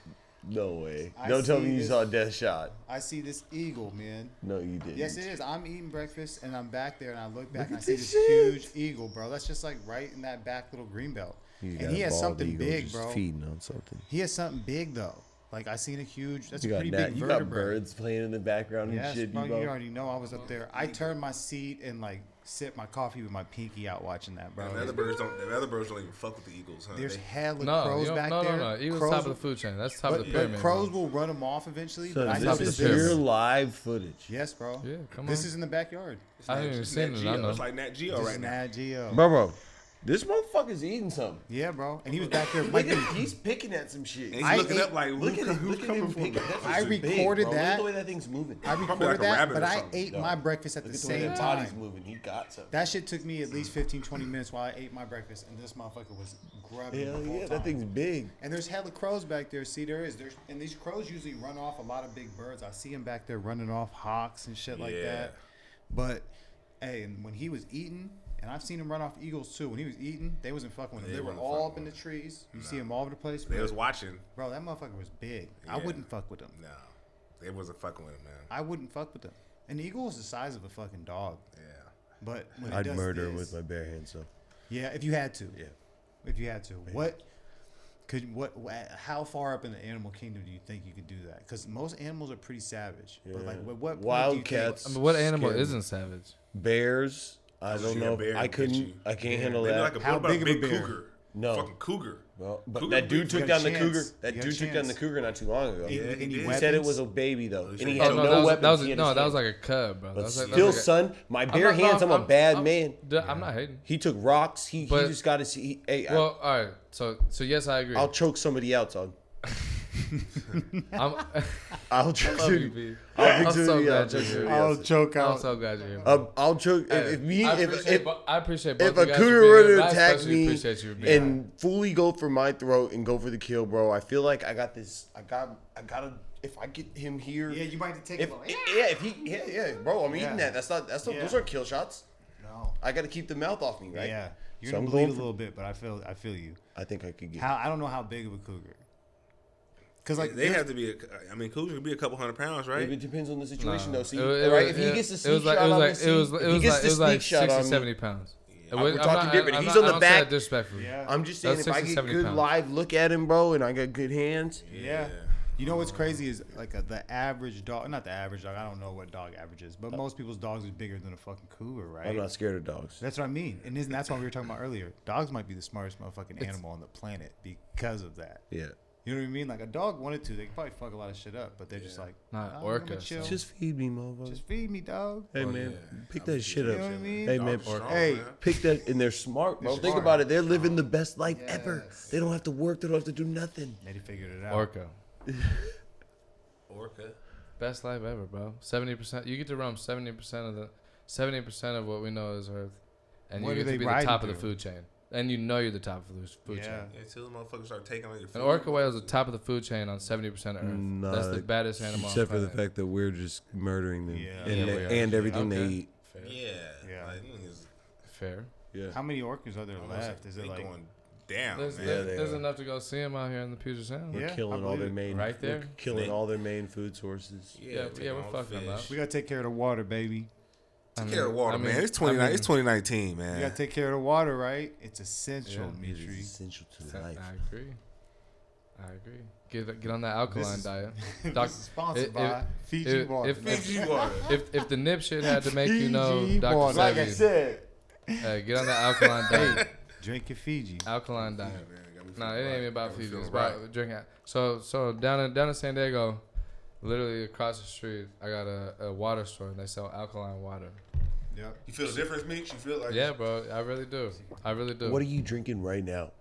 S2: no way.
S3: I
S2: Don't tell
S3: see
S2: me you
S3: this-
S2: saw Death Shot.
S3: I see this eagle, man.
S2: No, you didn't.
S3: Yes, it is. I'm eating breakfast and I'm back there and I look back
S2: Look
S3: and I
S2: at
S3: see
S2: this
S3: this huge eagle, bro. That's just like right in that back little green belt.
S2: You got
S3: and he
S2: a
S3: has
S2: bald
S3: something
S2: eagle
S3: big,
S2: just
S3: bro.
S2: Feeding on something.
S3: He has something big though. Like I seen a huge. That's
S2: You
S3: a
S2: got,
S3: pretty
S2: that,
S3: big
S2: you got
S3: vertebrae.
S2: birds playing in the background
S3: Yes,
S2: and shit.
S3: bro,
S2: you
S3: you
S2: bro.
S3: already know I was up there. I turned my seat and like sipped my coffee with my pinky out watching that, bro.
S4: And the other birds don't. The other birds don't even fuck with the eagles, huh?
S3: There's
S4: They-
S3: hella
S1: No,
S3: crows
S1: you don't-
S3: back
S1: no,
S3: there.
S1: no, no, Eagle's
S3: crows,
S1: top of the food chain. That's top of
S3: but,
S1: the
S3: but
S1: pyramid.
S3: crows will run them off eventually.
S2: So
S3: but
S1: top
S3: I
S2: this
S1: of the
S2: is
S3: noticed
S1: pyramid.
S2: pure
S3: this.
S2: live footage.
S3: Yes, bro.
S1: Yeah, come
S3: this
S1: on.
S3: is in the backyard.
S4: it's
S1: I
S4: Nat-
S1: haven't even
S4: it's
S1: seen
S4: Nat
S1: it, I
S4: Geo.
S1: know.
S4: It's like Nat Geo
S3: This
S4: right
S3: is
S4: now.
S3: Nat Geo.
S2: Bro, bro, this motherfucker's eating something.
S3: Yeah, bro. And he was back there. Mike,
S2: he's picking at some shit.
S4: And he's
S3: I
S4: looking
S3: ate-
S4: up like,
S2: Look
S4: who,
S2: at it.
S4: who's
S2: Look at
S4: coming
S2: him
S4: from?
S2: picking.
S4: bro?
S2: That
S3: I
S2: thing's big,
S3: recorded
S2: bro.
S3: that.
S2: Look at the way that thing's moving.
S3: I
S2: Look
S4: like
S3: recorded
S4: a
S3: that,
S4: rabbit
S3: but
S4: or
S3: I
S4: something.
S3: ate
S2: No.
S3: my breakfast at the
S2: at the way
S3: same
S2: that
S3: time.
S2: body's moving. He got something.
S3: That shit took me at least 15, 20 minutes while I ate my breakfast, and this motherfucker was grabbing
S2: Hell
S3: the whole
S2: yeah,
S3: time.
S2: that thing's big.
S3: And there's hella crows back there. See, there is. There's and these crows usually run off a lot of big birds. I see them back there running off hawks and shit like
S4: Yeah.
S3: that. But hey, and when he was eating, and I've seen him run off eagles too. When he was eating, they wasn't fucking with him.
S4: They
S3: They, were
S4: wasn't
S3: all
S4: fucking
S3: up in the
S4: with
S3: trees. You see them all over the place.
S4: They
S3: but-
S4: was watching.
S3: bro, that motherfucker was big. I
S4: Yeah.
S3: wouldn't fuck with him.
S4: No, they wasn't fucking with him, man.
S3: I wouldn't fuck with him. An eagle is the size of a fucking dog.
S4: Yeah.
S3: But when it
S2: I'd
S3: does
S2: murder him
S3: this-
S2: with my bare hands, so.
S3: Yeah, if you had to.
S2: Yeah.
S3: If you had to, what could what wha- how far up in the animal kingdom do you think you could do that? Because most animals are pretty savage. But like, what, what point do you
S2: Wildcats.
S1: I mean, what
S2: Scary.
S1: animal isn't savage?
S2: Bears. I
S4: Shoot,
S2: don't
S4: a
S2: know.
S4: bear
S2: I
S4: will get
S2: couldn't.
S4: you.
S2: I can't
S4: Yeah.
S2: handle
S4: Maybe
S2: that.
S4: Like a,
S3: How
S4: what about
S3: big
S4: a
S3: of a
S4: big
S3: bear?
S4: cougar?
S2: No.
S4: Fucking cougar.
S2: Well, but
S4: Cougar
S2: that dude
S4: breeds-
S2: took down
S3: got a
S2: the cougar.
S3: chance.
S2: That
S3: You got a
S2: dude took down the
S3: chance.
S2: cougar not too long ago.
S3: think?
S4: Yeah,
S3: any,
S4: he
S3: any
S4: did.
S2: He
S3: weapons?
S2: said it was a baby though,
S4: he
S2: and he
S4: said-
S2: had
S4: Oh,
S1: no,
S2: no,
S1: that was,
S2: weapons.
S1: that was
S2: he had
S1: no,
S2: his
S1: that was
S2: hand.
S1: like a cub, bro. That
S2: But
S1: was like, that
S2: still,
S1: was like a-
S2: son, my
S1: I'm
S2: bare
S1: not- no,
S2: hands. I'm, a bad
S1: I'm-
S2: man.
S1: duh, I'm not hating.
S2: He took rocks. He,
S1: But-
S2: he just got to see. He, hey, I-
S1: Well, all right. So, so yes, I agree.
S2: I'll choke somebody out, son.
S1: I'm,
S2: I'll choke
S1: love you,
S2: somebody.
S1: B.
S2: I'll
S1: I'm
S2: choke
S1: so
S2: somebody
S1: glad
S2: out. Choke
S1: you're
S2: somebody
S1: here.
S2: out.
S3: I'll choke
S1: I'm
S3: out.
S1: so glad you're here.
S2: Um, I'll choke if,
S1: Hey,
S2: if me
S1: I
S2: if
S1: appreciate
S2: if,
S1: bo- I appreciate both
S2: if
S1: you
S2: a
S1: guys for
S2: cougar
S1: being
S2: were
S1: here, but
S2: to
S1: I
S2: attack
S1: especially
S2: me
S1: appreciate you being here.
S2: and fully go for my throat and go for the kill, bro, I feel like I got this. I got. I gotta. If I get him here,
S3: Yeah, you might take
S2: if,
S3: it.
S2: yeah, if he, yeah, yeah, bro, I'm
S3: Yeah.
S2: eating that. That's not. That's not.
S3: Yeah.
S2: Those aren't kill shots.
S3: No.
S2: I gotta keep the mouth off me, right?
S3: Yeah, you're
S2: So
S3: gonna
S2: I'm
S3: bleed a
S2: going for-
S3: little bit, but I feel I feel you.
S2: I think I could get.
S3: How I don't know how big of a cougar. Because like
S4: They
S3: there's-
S4: have to be. A, I mean, cougars can be a couple hundred pounds, right?
S2: It depends on the situation,
S1: No.
S2: though. See,
S1: It was- it
S2: right?
S1: was-
S2: if he
S1: it-
S2: gets the
S1: it
S2: sneak
S1: was like,
S2: shot
S1: it was like,
S2: on me,
S1: it was,
S2: see,
S1: it
S2: if he
S1: was
S2: gets
S1: like,
S2: the
S1: it was like
S2: sneak shot
S1: 60,
S2: on me-
S1: 70 pounds. It
S2: We're
S1: was- I'm
S2: talking
S1: not-
S2: different.
S1: I'm
S2: He's
S1: not-
S2: on
S1: I
S2: the
S1: don't say that
S2: back.
S1: disrespectfully.
S3: Yeah.
S2: I'm just saying,
S1: That's
S2: if I
S1: 60,
S2: get
S1: 70
S2: good
S1: pounds.
S2: live look at him, bro, and I got good hands.
S3: Yeah. You know what's crazy is like uh the average dog, not the average dog. I don't know what dog average is, but most people's dogs are bigger than a fucking cougar, right?
S2: I'm not scared of dogs.
S3: That's what I mean, and isn't that's what we were talking about earlier? Dogs might be the smartest motherfucking animal on the planet because of that.
S2: Yeah,
S3: You know what I mean? Like a dog wanted to, they could probably fuck a lot of shit up, but they're just like,
S1: Not
S3: "Oh, I'm
S1: orcas,
S3: gonna
S1: though.
S3: chill. Just,
S2: just feed me, motherfucker.
S3: feed me, dog.
S2: hey
S4: Oh,
S2: man,
S4: yeah.
S2: pick
S4: I'm
S2: that
S4: just-
S2: shit
S3: You know what I
S2: up.
S3: mean?
S2: Hey
S4: Dogs
S2: man,
S4: are strong,
S3: hey.
S4: man.
S2: pick that, and they're smart, bro.
S3: They're
S2: Think
S3: smart.
S2: about it. They're living the best life ever.
S3: Yes.
S2: They don't have to work. They don't have to do nothing.
S3: And he figured it out.
S1: Orca.
S4: Orca.
S1: best life ever, bro. Seventy percent. You get to roam seventy percent of the seventy percent of what we know is Earth, and
S3: What
S1: you
S3: are
S1: get
S3: they
S1: to be the
S3: riding
S1: top of the
S3: through?
S1: food chain. And you know you're the top of the food
S3: Yeah.
S1: chain.
S4: Until the motherfuckers start taking on your food.
S1: An orca whale is the top of the food chain on seventy percent of Earth.
S2: Nah,
S1: That's the baddest animal. on
S2: Except for the
S1: planet.
S2: fact that we're just murdering them
S3: Yeah.
S2: and,
S1: Yeah,
S2: they-
S1: we are.
S2: and everything
S1: Okay.
S2: they eat.
S1: Fair.
S4: Yeah.
S3: Yeah.
S4: Like, niggas,
S1: Fair.
S2: Yeah.
S3: How many orcas are there
S4: almost,
S3: left? Is
S4: they
S3: it like
S4: going down?
S3: Oh,
S1: There's,
S4: man.
S1: there-
S2: they
S1: there's
S2: are.
S1: enough to go see them out here in the Puget Sound.
S2: We're
S3: Yeah, I
S2: killing all
S3: believe
S2: their
S3: it.
S2: main
S1: Right
S2: we're
S1: there?
S2: killing
S4: They-
S2: all their main food sources.
S1: yeah,
S4: taking
S1: yeah, we're
S4: all
S1: fucking them
S4: fish.
S1: out.
S3: we gotta take care of the water, baby?
S1: I
S4: Take
S1: mean-
S4: care of water,
S1: I mean-
S4: man. It's twenty nine.
S1: I mean-
S4: it's twenty nineteen, man.
S3: You gotta take care of the water, right? It's essential,
S2: It is
S3: Mitri.
S2: essential to
S1: I
S2: life.
S1: agree. I agree. Get get on that alkaline
S3: is-
S1: diet. Doc-
S3: this is sponsored
S1: it- it-
S3: by Fiji
S1: it-
S3: Water.
S1: if-
S4: Fiji water.
S1: If if the nip shit had to make you know,
S3: Fiji
S1: Doctor
S3: water.
S1: Savvy,
S3: said,
S1: hey, get on that alkaline diet.
S3: drink your Fiji.
S1: Alkaline
S4: Yeah,
S1: diet.
S4: man, got me
S1: No,
S4: feeling
S1: it ain't
S4: right.
S1: even about
S4: Got me
S1: Fiji. It's
S4: feeling
S1: about
S4: right.
S1: drinking. al- So so down in down in San Diego, literally across the street, I got a, a water store and they sell alkaline water.
S3: Yep.
S4: You feel the difference, Meech? You feel like
S1: Yeah, bro, I really do. I really do.
S2: What are you drinking right now?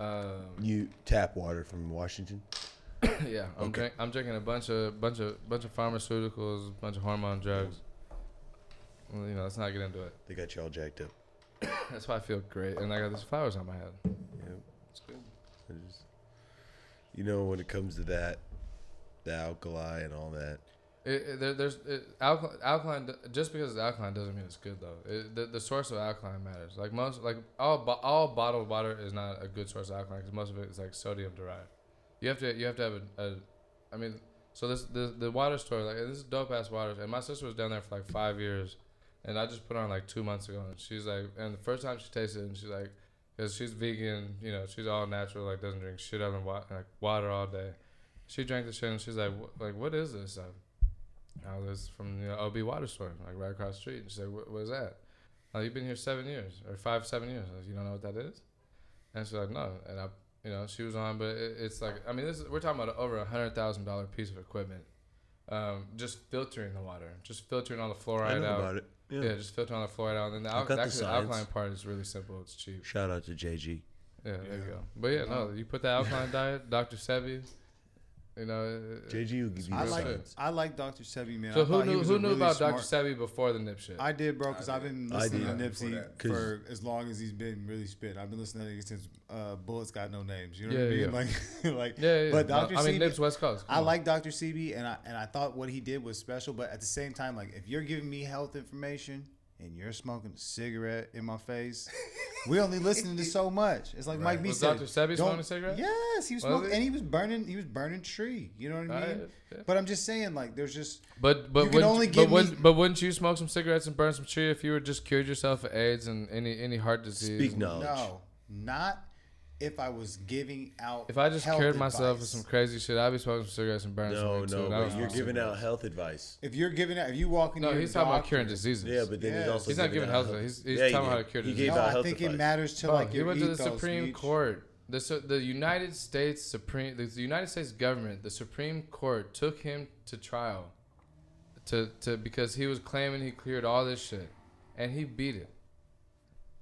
S1: Um,
S2: You tap water from Washington?
S1: yeah, I'm,
S2: Okay.
S1: drink, I'm drinking a bunch of bunch of bunch of pharmaceuticals, bunch of hormone drugs. Well, you know, let's not get into it.
S2: They got you all jacked up.
S1: That's why I feel great, and I got these flowers on my head.
S2: Yeah. I just- you know, when it comes to that, the alkali and all that,
S1: It, it, there, there's it, alkaline, alkaline. d- Just because it's alkaline doesn't mean it's good though. It, the, the source of alkaline matters. Like most, like all bo- all bottled water is not a good source of alkaline because most of it is like sodium derived. You have to you have to have a, a I mean, so this the the water store like this is dope ass water. And my sister was down there for like five years, and I just put on like two months ago, and she's like, and the first time she tasted it, and she's like, because she's vegan, you know, she's all natural, like doesn't drink shit other than wa- like water all day. She drank the shit, and she's like, "Wh- like what is this? stuff? I was from the OB water store, like right across the street. And she said, what, what is that? Oh, you've been here seven years or five, seven years. I was, you don't know what that is? And she's like, no. And I, you know, she was on, but it, it's like, I mean, this is, we're talking about over a hundred thousand dollar piece of equipment. Um, just filtering the water, just filtering all the fluoride
S2: I know
S1: out.
S2: about it. Yeah.
S1: Yeah. just filter on the fluoride out. And then the,
S2: I've
S1: al-
S2: got the
S1: actually the
S2: science.
S1: alkaline part is really simple. It's cheap.
S2: Shout out to JG.
S1: Yeah, there you
S3: Yeah.
S1: go. But yeah, no, you put that alkaline diet, Dr. Sebi, you know. it-
S2: JG will give you
S3: I
S2: the
S3: like
S2: science.
S3: I like Dr. Sebi, man.
S1: so
S3: I
S1: who
S3: thought he
S1: knew,
S3: was
S1: who
S3: a
S1: knew
S3: really
S1: about
S3: smart-
S1: Dr. Sebi before the nip shit?
S3: I did, bro, because
S4: I
S3: I've
S4: did.
S3: been
S2: I
S3: listening to
S2: did.
S4: Before
S3: Nipsey
S4: that.
S2: 'Cause-
S3: for as long as he's been really spit. I've been listening to him since uh, Bullets Got No Names. You know
S1: Yeah,
S3: what I mean? Like, like.
S1: yeah, yeah,
S3: But
S1: yeah. No,
S3: Dr.
S1: I mean,
S3: Sebi-
S1: Nips West Coast. come
S3: I
S1: on.
S3: like Dr. CB, and I and I thought what he did was special. But at the same time, like if you're giving me health information and you're smoking a cigarette in my face, we only listening to so much. It's like Mike B
S1: Was
S3: said.
S1: Dr. Sebi
S3: don't-
S1: smoking a cigarette?
S3: Yes, he was,
S1: Was
S3: smoking,
S1: he?
S3: and he was burning. He was burning tree. You know what I
S1: All
S3: mean?
S1: right, yeah.
S3: But I'm just saying, like, there's just
S1: But but
S3: You can
S1: wouldn't,
S3: only
S1: but,
S3: give me-
S1: wouldn't, but wouldn't you smoke some cigarettes and burn some tree if you were just cured yourself of AIDS and any any heart disease?
S2: Speak
S1: And-
S2: knowledge.
S3: no, not if I was giving out.
S1: If I just
S3: health
S1: cured myself of
S3: advice.
S1: some crazy shit, I'd be smoking some cigarettes and burning some
S2: No,
S1: too.
S2: no,
S1: and I
S2: but
S1: don't
S2: you're
S1: smoke
S2: giving
S1: cigarettes.
S2: out health advice.
S3: if you're giving out, if you walk in,
S1: No,
S3: your
S1: he's talking about
S3: doctor-
S1: curing diseases.
S2: Yeah, but then he's
S3: Yeah.
S2: also
S1: He's not
S2: giving
S1: giving
S2: out
S1: health advice. He's- he's
S2: Yeah, he
S1: talking about
S2: did.
S1: how to cure
S2: He
S1: disease.
S2: gave
S3: No,
S2: out
S3: I
S2: health
S3: think it
S2: advice.
S3: matters to
S1: Bro,
S3: like
S1: Oh, he
S3: your
S1: went to the
S3: ethos,
S1: Supreme
S3: Meech.
S1: Court. The, su- the United States Supreme the United States government, the Supreme Court took him to trial to, to because he was claiming he cleared all this shit and he beat it.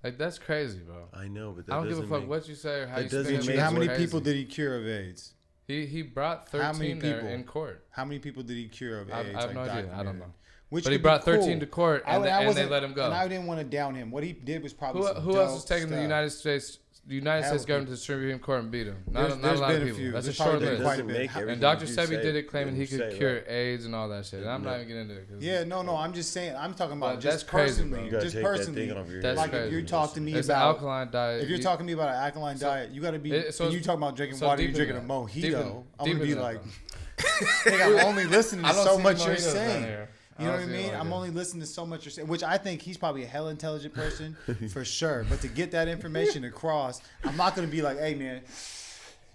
S1: Like that's crazy, bro.
S2: I know, but that
S1: I don't give
S2: doesn't
S1: a fuck
S2: make-
S1: what you say or how
S2: that
S1: you
S2: doesn't
S1: say
S2: make-
S1: it.
S3: How
S2: It's
S3: many
S1: Crazy.
S3: people did he cure of AIDS?
S1: he he brought
S3: How
S1: 13
S3: many
S1: there
S3: people?
S1: in court.
S3: How many people did he cure of
S1: I- I
S3: AIDS?
S1: have no idea. I don't
S3: documented?
S1: know.
S3: Which
S1: But he
S3: could be
S1: brought 13
S3: cool.
S1: to court
S3: I
S1: and
S3: would-
S1: the-
S3: I
S1: and they
S3: wasn't-
S1: let him go.
S3: And I didn't want to down him. What he did was probably
S1: Who,
S3: some
S1: who else is
S3: dope
S1: taking the
S3: stuff.
S1: United States the United
S3: Hell,
S1: States
S3: dude.
S1: government to the Supreme Court and beat him? Not,
S3: There's-
S1: not
S3: there's
S1: a lot
S3: been
S1: of
S3: a
S1: people.
S3: few.
S1: That's a
S3: There's
S1: short
S3: probably been
S1: list.
S3: quite a
S2: Doesn't
S3: bit.
S2: make
S3: And
S1: And
S2: everything
S1: Dr.
S2: you
S1: Sebi
S2: say-
S1: did it claiming
S2: you
S1: he could
S2: say
S1: cure
S2: right.
S1: AIDS and all that shit. And I'm not even getting into it. 'cause-
S3: Yeah, no, no. I'm just saying. I'm talking about
S1: Well,
S3: just
S1: that's crazy, bro.
S3: personally.
S2: You gotta
S3: just
S2: take that
S3: personally.
S2: thing off your
S1: That's
S3: like
S1: crazy.
S3: if you talk to me
S1: It's an
S3: about
S1: alkaline diet.
S3: if you're
S1: You-
S3: talking to me about an alkaline diet, you got to be.
S1: It- so
S3: when you
S1: it's-
S3: talk about drinking
S1: so
S3: water,
S1: deep
S3: you're
S1: in
S3: drinking a
S1: that. Deep
S3: mojito.
S1: in-
S3: I'm
S1: deep
S3: gonna
S1: in
S3: be
S1: that,
S3: like,
S1: bro.
S3: "Nigga, I'm only listening to
S1: I don't
S3: so
S1: see
S3: much you're
S1: mojitos down
S3: saying.
S1: here. I
S3: You know
S1: don't
S3: what I
S1: see
S3: mean? I'm
S1: mojitos.
S3: only listening to so much you're saying, which I think he's probably a hell intelligent person for sure. But to get that information across, I'm not gonna be like, hey man,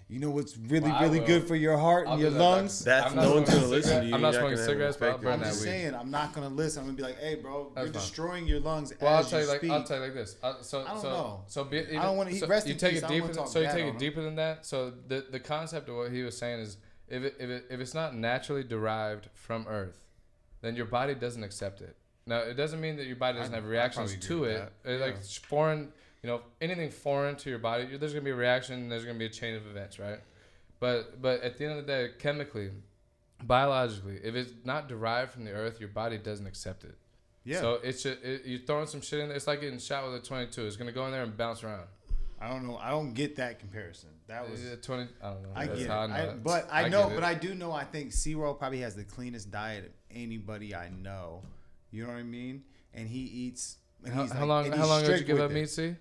S3: you know what's really
S1: Well, I
S3: really
S1: will.
S3: good for your heart
S1: I'll
S3: and
S1: do
S3: your
S1: that, Dr.
S3: lungs.
S2: That's
S1: I'm not
S2: no one's
S1: smoking
S2: gonna listen
S1: cigarettes.
S2: to you.
S1: I'm
S2: You're
S1: not
S2: gonna
S1: smoking
S2: have
S1: cigarettes, but I'll
S2: respect
S1: burn
S2: for
S3: I'm
S1: that
S2: it.
S3: just
S1: weed.
S3: saying, I'm not gonna listen. I'm gonna be like, hey, bro,
S1: That's
S3: you're
S1: fine.
S3: destroying your lungs
S1: Well, I'll
S3: as
S1: tell you
S3: you
S1: like I'll
S3: speak.
S1: tell you like this. Uh, so
S3: I don't
S1: so
S3: know.
S1: so be, even,
S3: don't wanna eat-
S1: so
S3: rest
S1: you
S3: in
S1: take
S3: peace.
S1: it
S3: I don't wanna
S1: deeper.
S3: talk
S1: So you
S3: bad
S1: take
S3: on
S1: it
S3: 'em.
S1: deeper than that. So the the concept of what he was saying is if it, if it, if it's not naturally derived from Earth, then your body doesn't accept it. Now it doesn't mean that your body doesn't
S3: I-
S1: have
S3: I
S1: reactions
S3: probably agree
S1: to
S3: with
S1: it.
S3: that.
S1: It, Like
S3: Yeah.
S1: foreign, you know, anything foreign to your body, you- there's gonna be a reaction. and There's gonna be a chain of events, right? But but at the end of the day, chemically, biologically, if it's not derived from the earth, your body doesn't accept it.
S3: Yeah.
S1: So it's just, it, you're throwing some shit in there. It's like getting shot with a 22. It's gonna go in there and bounce around.
S3: I don't know. I don't get that comparison. That was.
S1: Yeah, 20. I don't know.
S3: I
S1: That's
S3: get it.
S1: how
S3: I-
S1: know it.
S3: but I, know,
S1: get it.
S3: but I do know. I think SeaWorld probably has the cleanest diet of anybody I know. You know what I mean? And he eats. And
S1: How,
S3: he's
S1: how
S3: like-
S1: long?
S3: and
S1: How
S3: he's
S1: long did you
S3: strict
S1: give
S3: with
S1: up
S3: it.
S1: meat? See,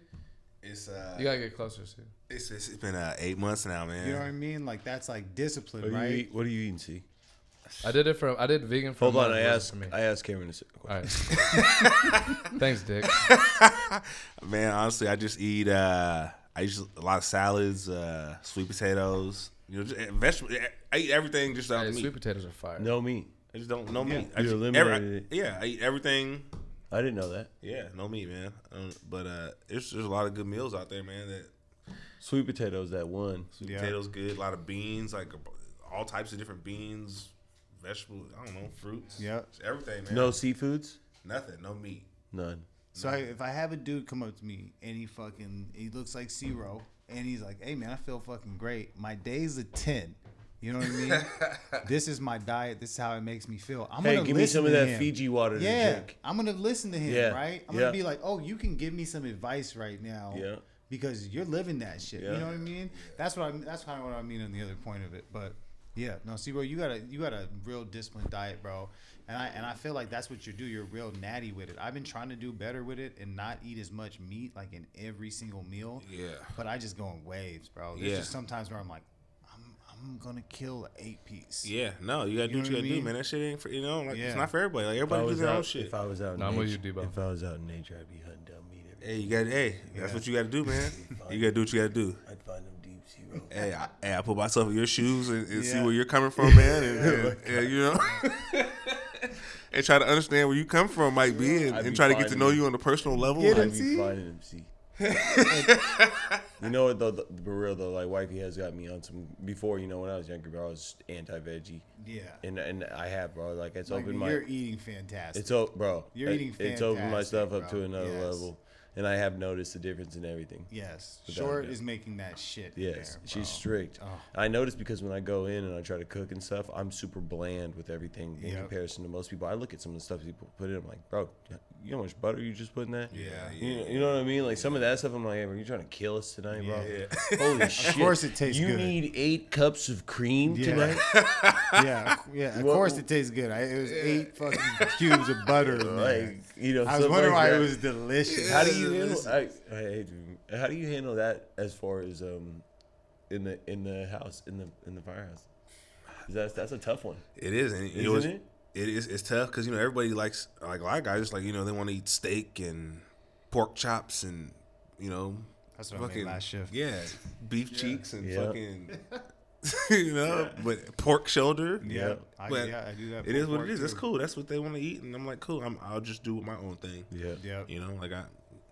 S4: It's uh,
S1: you gotta get closer. See,
S4: it's, it's been uh, eight months now, man.
S3: You know what I mean? Like that's like discipline,
S2: What,
S3: right?
S2: are you eat, what are you eating, C?
S1: I did it for. I did vegan for.
S2: Hold
S1: a
S2: on,
S1: month.
S2: I
S1: It wasn't
S2: asked.
S1: for me.
S2: I asked Cameron to say.
S1: All right. Thanks, Dick.
S4: Man, honestly, I just eat. Uh, I eat a lot of salads, uh, sweet potatoes. You know, just, eh, vegetable. I eat everything just out
S1: Hey,
S4: of meat.
S1: sweet potatoes are fire.
S2: No meat.
S4: I just don't no meat. I
S2: You
S4: just,
S2: eliminated
S4: every- yeah, I eat everything.
S2: I didn't know that.
S4: Yeah, no meat, man. Um, but uh, there's there's a lot of good meals out there, man. That
S2: Sweet potatoes. That one.
S4: sweet
S3: Yeah.
S4: potatoes good. A lot of beans, like all types of different beans, vegetables. I don't know, fruits.
S3: Yep.
S4: It's everything, man.
S2: No seafoods.
S4: nothing, no meat.
S2: None.
S3: So I, if I have a dude come up to me and he fucking he looks like zero and he's like, "Hey man, I feel fucking great. My day's a ten. You know what I mean? this is my diet. This is how it makes me feel. I'm
S2: Hey,
S3: gonna
S2: give me
S3: listen
S2: some of
S3: to
S2: that
S3: him.
S2: Fiji water to
S3: Yeah,
S2: drink.
S3: I'm gonna listen to him,
S2: Yeah,
S3: right? I'm
S2: yeah.
S3: gonna be like, "Oh, you can give me some advice right now."
S2: Yeah.
S3: Because you're living that shit.
S2: Yeah.
S3: You know what I mean? That's what I that's kind of what I mean on the other point of it. But yeah, no, see, bro, you got a you got a real disciplined diet, bro. And I and I feel like that's what you do. You're real natty with it. I've been trying to do better with it and not eat as much meat like in every single meal.
S4: Yeah.
S3: But I just go in waves, bro. There's
S4: Yeah.
S3: just sometimes where I'm like, I'm I'm gonna kill an eight piece.
S4: Yeah, no, you gotta do
S3: know what
S4: what you
S3: I
S4: gotta do,
S3: mean?
S4: man. That shit ain't for you know, like
S3: Yeah.
S4: it's not for everybody. Like
S2: If I
S4: everybody do
S2: was
S4: their own
S2: out,
S4: shit.
S2: if I was out, in
S1: No, I'm
S2: nature,
S1: with you, Debo.
S2: If I was out in nature, I'd be hunting down meat every day.
S4: Hey, you got to hey, that's what you gotta do, man. you gotta do what you gotta do.
S2: I'd find them deep sea roads.
S4: Hey, I, hey, I put myself in your shoes and, and see
S3: Yeah.
S4: where you're coming from, man, and, and- and, you know, and try to understand where you come from might be, and,
S2: I'd
S4: and
S2: be
S4: try to get to
S2: fine
S4: know
S2: with-
S4: you on a personal level.
S3: Get
S4: Like,
S2: I'd be
S3: See?
S2: finding them, see. you know what though, the, for real though, like wifey has got me on some. Before you know, when I was younger, bro, I was anti veggie,
S3: Yeah.
S2: and and I have, bro. Like it's
S3: Like,
S2: opened my,
S3: you're eating fantastic.
S2: it's o- bro,
S3: You're
S2: it-
S3: eating
S2: It's opened my
S3: fantastic,
S2: stuff up
S3: bro.
S2: to another
S3: Yes.
S2: level, and I have noticed the difference in everything.
S3: Yes,
S2: Without a
S3: short
S2: doubt.
S3: is making that shit. in
S2: Yes,
S3: there,
S2: she's
S3: bro.
S2: strict.
S3: Oh.
S2: I notice because when I go in and I try to cook and stuff, I'm super bland with everything in
S3: Yep.
S2: comparison to most people. I look at some of the stuff people put in, I'm like, bro, you know how much butter you just put in that?
S4: Yeah,
S2: You know, you know what I mean? Like some of that stuff, I'm like, hey, are you trying to kill us tonight, bro?
S3: Yeah.
S2: Holy shit.
S3: course it tastes
S2: You
S3: good.
S2: need eight cups of cream
S3: Yeah.
S2: tonight?
S3: yeah, yeah. Of
S2: What-
S3: course, it tastes good. I, it was eight fucking cubes of butter. in there.
S2: Like, you know,
S3: I was
S2: stuff
S3: wondering
S2: like
S3: why it
S2: that.
S3: was delicious.
S2: How do you handle?
S4: Listen.
S2: I, I hate to- how do you handle that as far as um, in the in the house in the in the firehouse? 'Cause That's that's a tough one.
S4: It is, and it
S2: Isn't
S4: was.
S2: it?
S4: It is. It's tough because you know everybody likes like a lot of guys just like you know they want to eat steak and pork chops and you know
S3: That's what I made last shift.
S4: yeah beef cheeks and
S2: Yeah.
S4: fucking you know but pork shoulder
S3: Yeah, I,
S4: But
S3: yeah, I do that.
S4: it is
S3: for
S4: what
S3: work,
S4: it is. That's
S3: too.
S4: cool. That's what they want to eat, and I'm like cool. I'm I'll just do my own thing.
S2: Yeah.
S3: Yeah,
S4: You know, like I,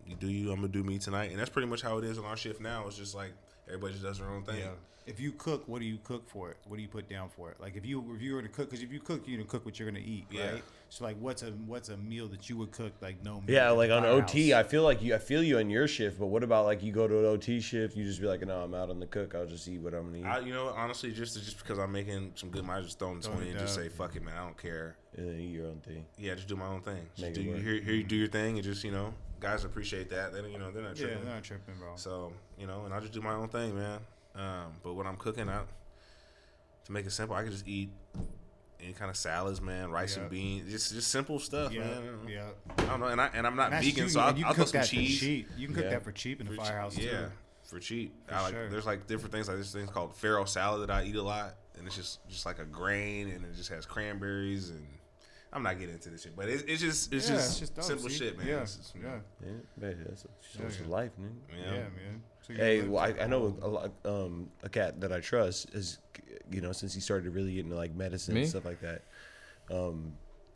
S4: you do you, I'm gonna do me tonight, and that's pretty much how it is on our shift now. It's just like everybody just does their own thing.
S3: yeah. If you cook, what do you cook for it? What do you put down for it? Like if you if you were to cook, because if you cook, you're gonna cook what you're gonna eat,
S4: Yeah.
S3: right? So like, what's a what's a meal that you would cook like no? Meal
S2: Yeah,
S3: at the
S2: like on OT,
S3: firehouse?
S2: I feel like you. I feel you on your shift, but what about like you go to an OT shift? You just be like, no, I'm out on the cook. I'll just eat what I'm gonna eat.
S4: I, you know, honestly, just just because I'm making some good money, I just throw in twenty
S3: it
S4: and just
S3: down.
S4: say fuck it, man. I don't care.
S2: and then eat your own thing.
S4: Yeah, just do my own thing. Just
S2: Make
S4: do
S2: it
S4: you
S2: work. Mm-hmm.
S4: here, here you do your thing, and just you know, guys appreciate that. They don't, you know, they're not
S3: Yeah,
S4: tripping.
S3: they're not tripping, bro.
S4: So you know, and I just do my own thing, man. Um, but when I'm cooking, I to make it simple, I can just eat any kind of salads, man, rice
S3: Yeah.
S4: and beans, just just simple stuff,
S3: yeah,
S4: man. I don't know.
S3: yeah.
S4: I don't know, and I and I'm not
S3: That's
S4: vegan,
S3: you,
S4: so I'll,
S3: and you
S4: I'll
S3: can
S4: throw
S3: cook
S4: some
S3: that
S4: cheese.
S3: for cheap. You can cook
S2: Yeah.
S3: that for cheap in the
S4: For cheap,
S3: firehouse
S4: yeah,
S3: too.
S4: for cheap. I like,
S3: sure.
S4: There's like different things like this thing called farro salad that I eat a lot, and it's just just like a grain, and it just has cranberries, and I'm not getting into this shit, but it, it's just it's
S3: Yeah,
S4: just,
S3: it's just dope,
S4: simple
S3: see?
S4: shit, man.
S3: Yeah,
S4: It's just, you
S3: yeah,
S4: know,
S2: Yeah, man, that's
S3: Yeah,
S2: that's
S3: yeah.
S2: life, man.
S4: you
S3: yeah,
S4: know?
S3: man. So you
S2: Hey,
S3: live
S2: well,
S3: to-
S2: I, I know a lot, um, a cat that I trust is, you know, since he started really getting like medicine
S1: Me?
S2: and stuff like that, um,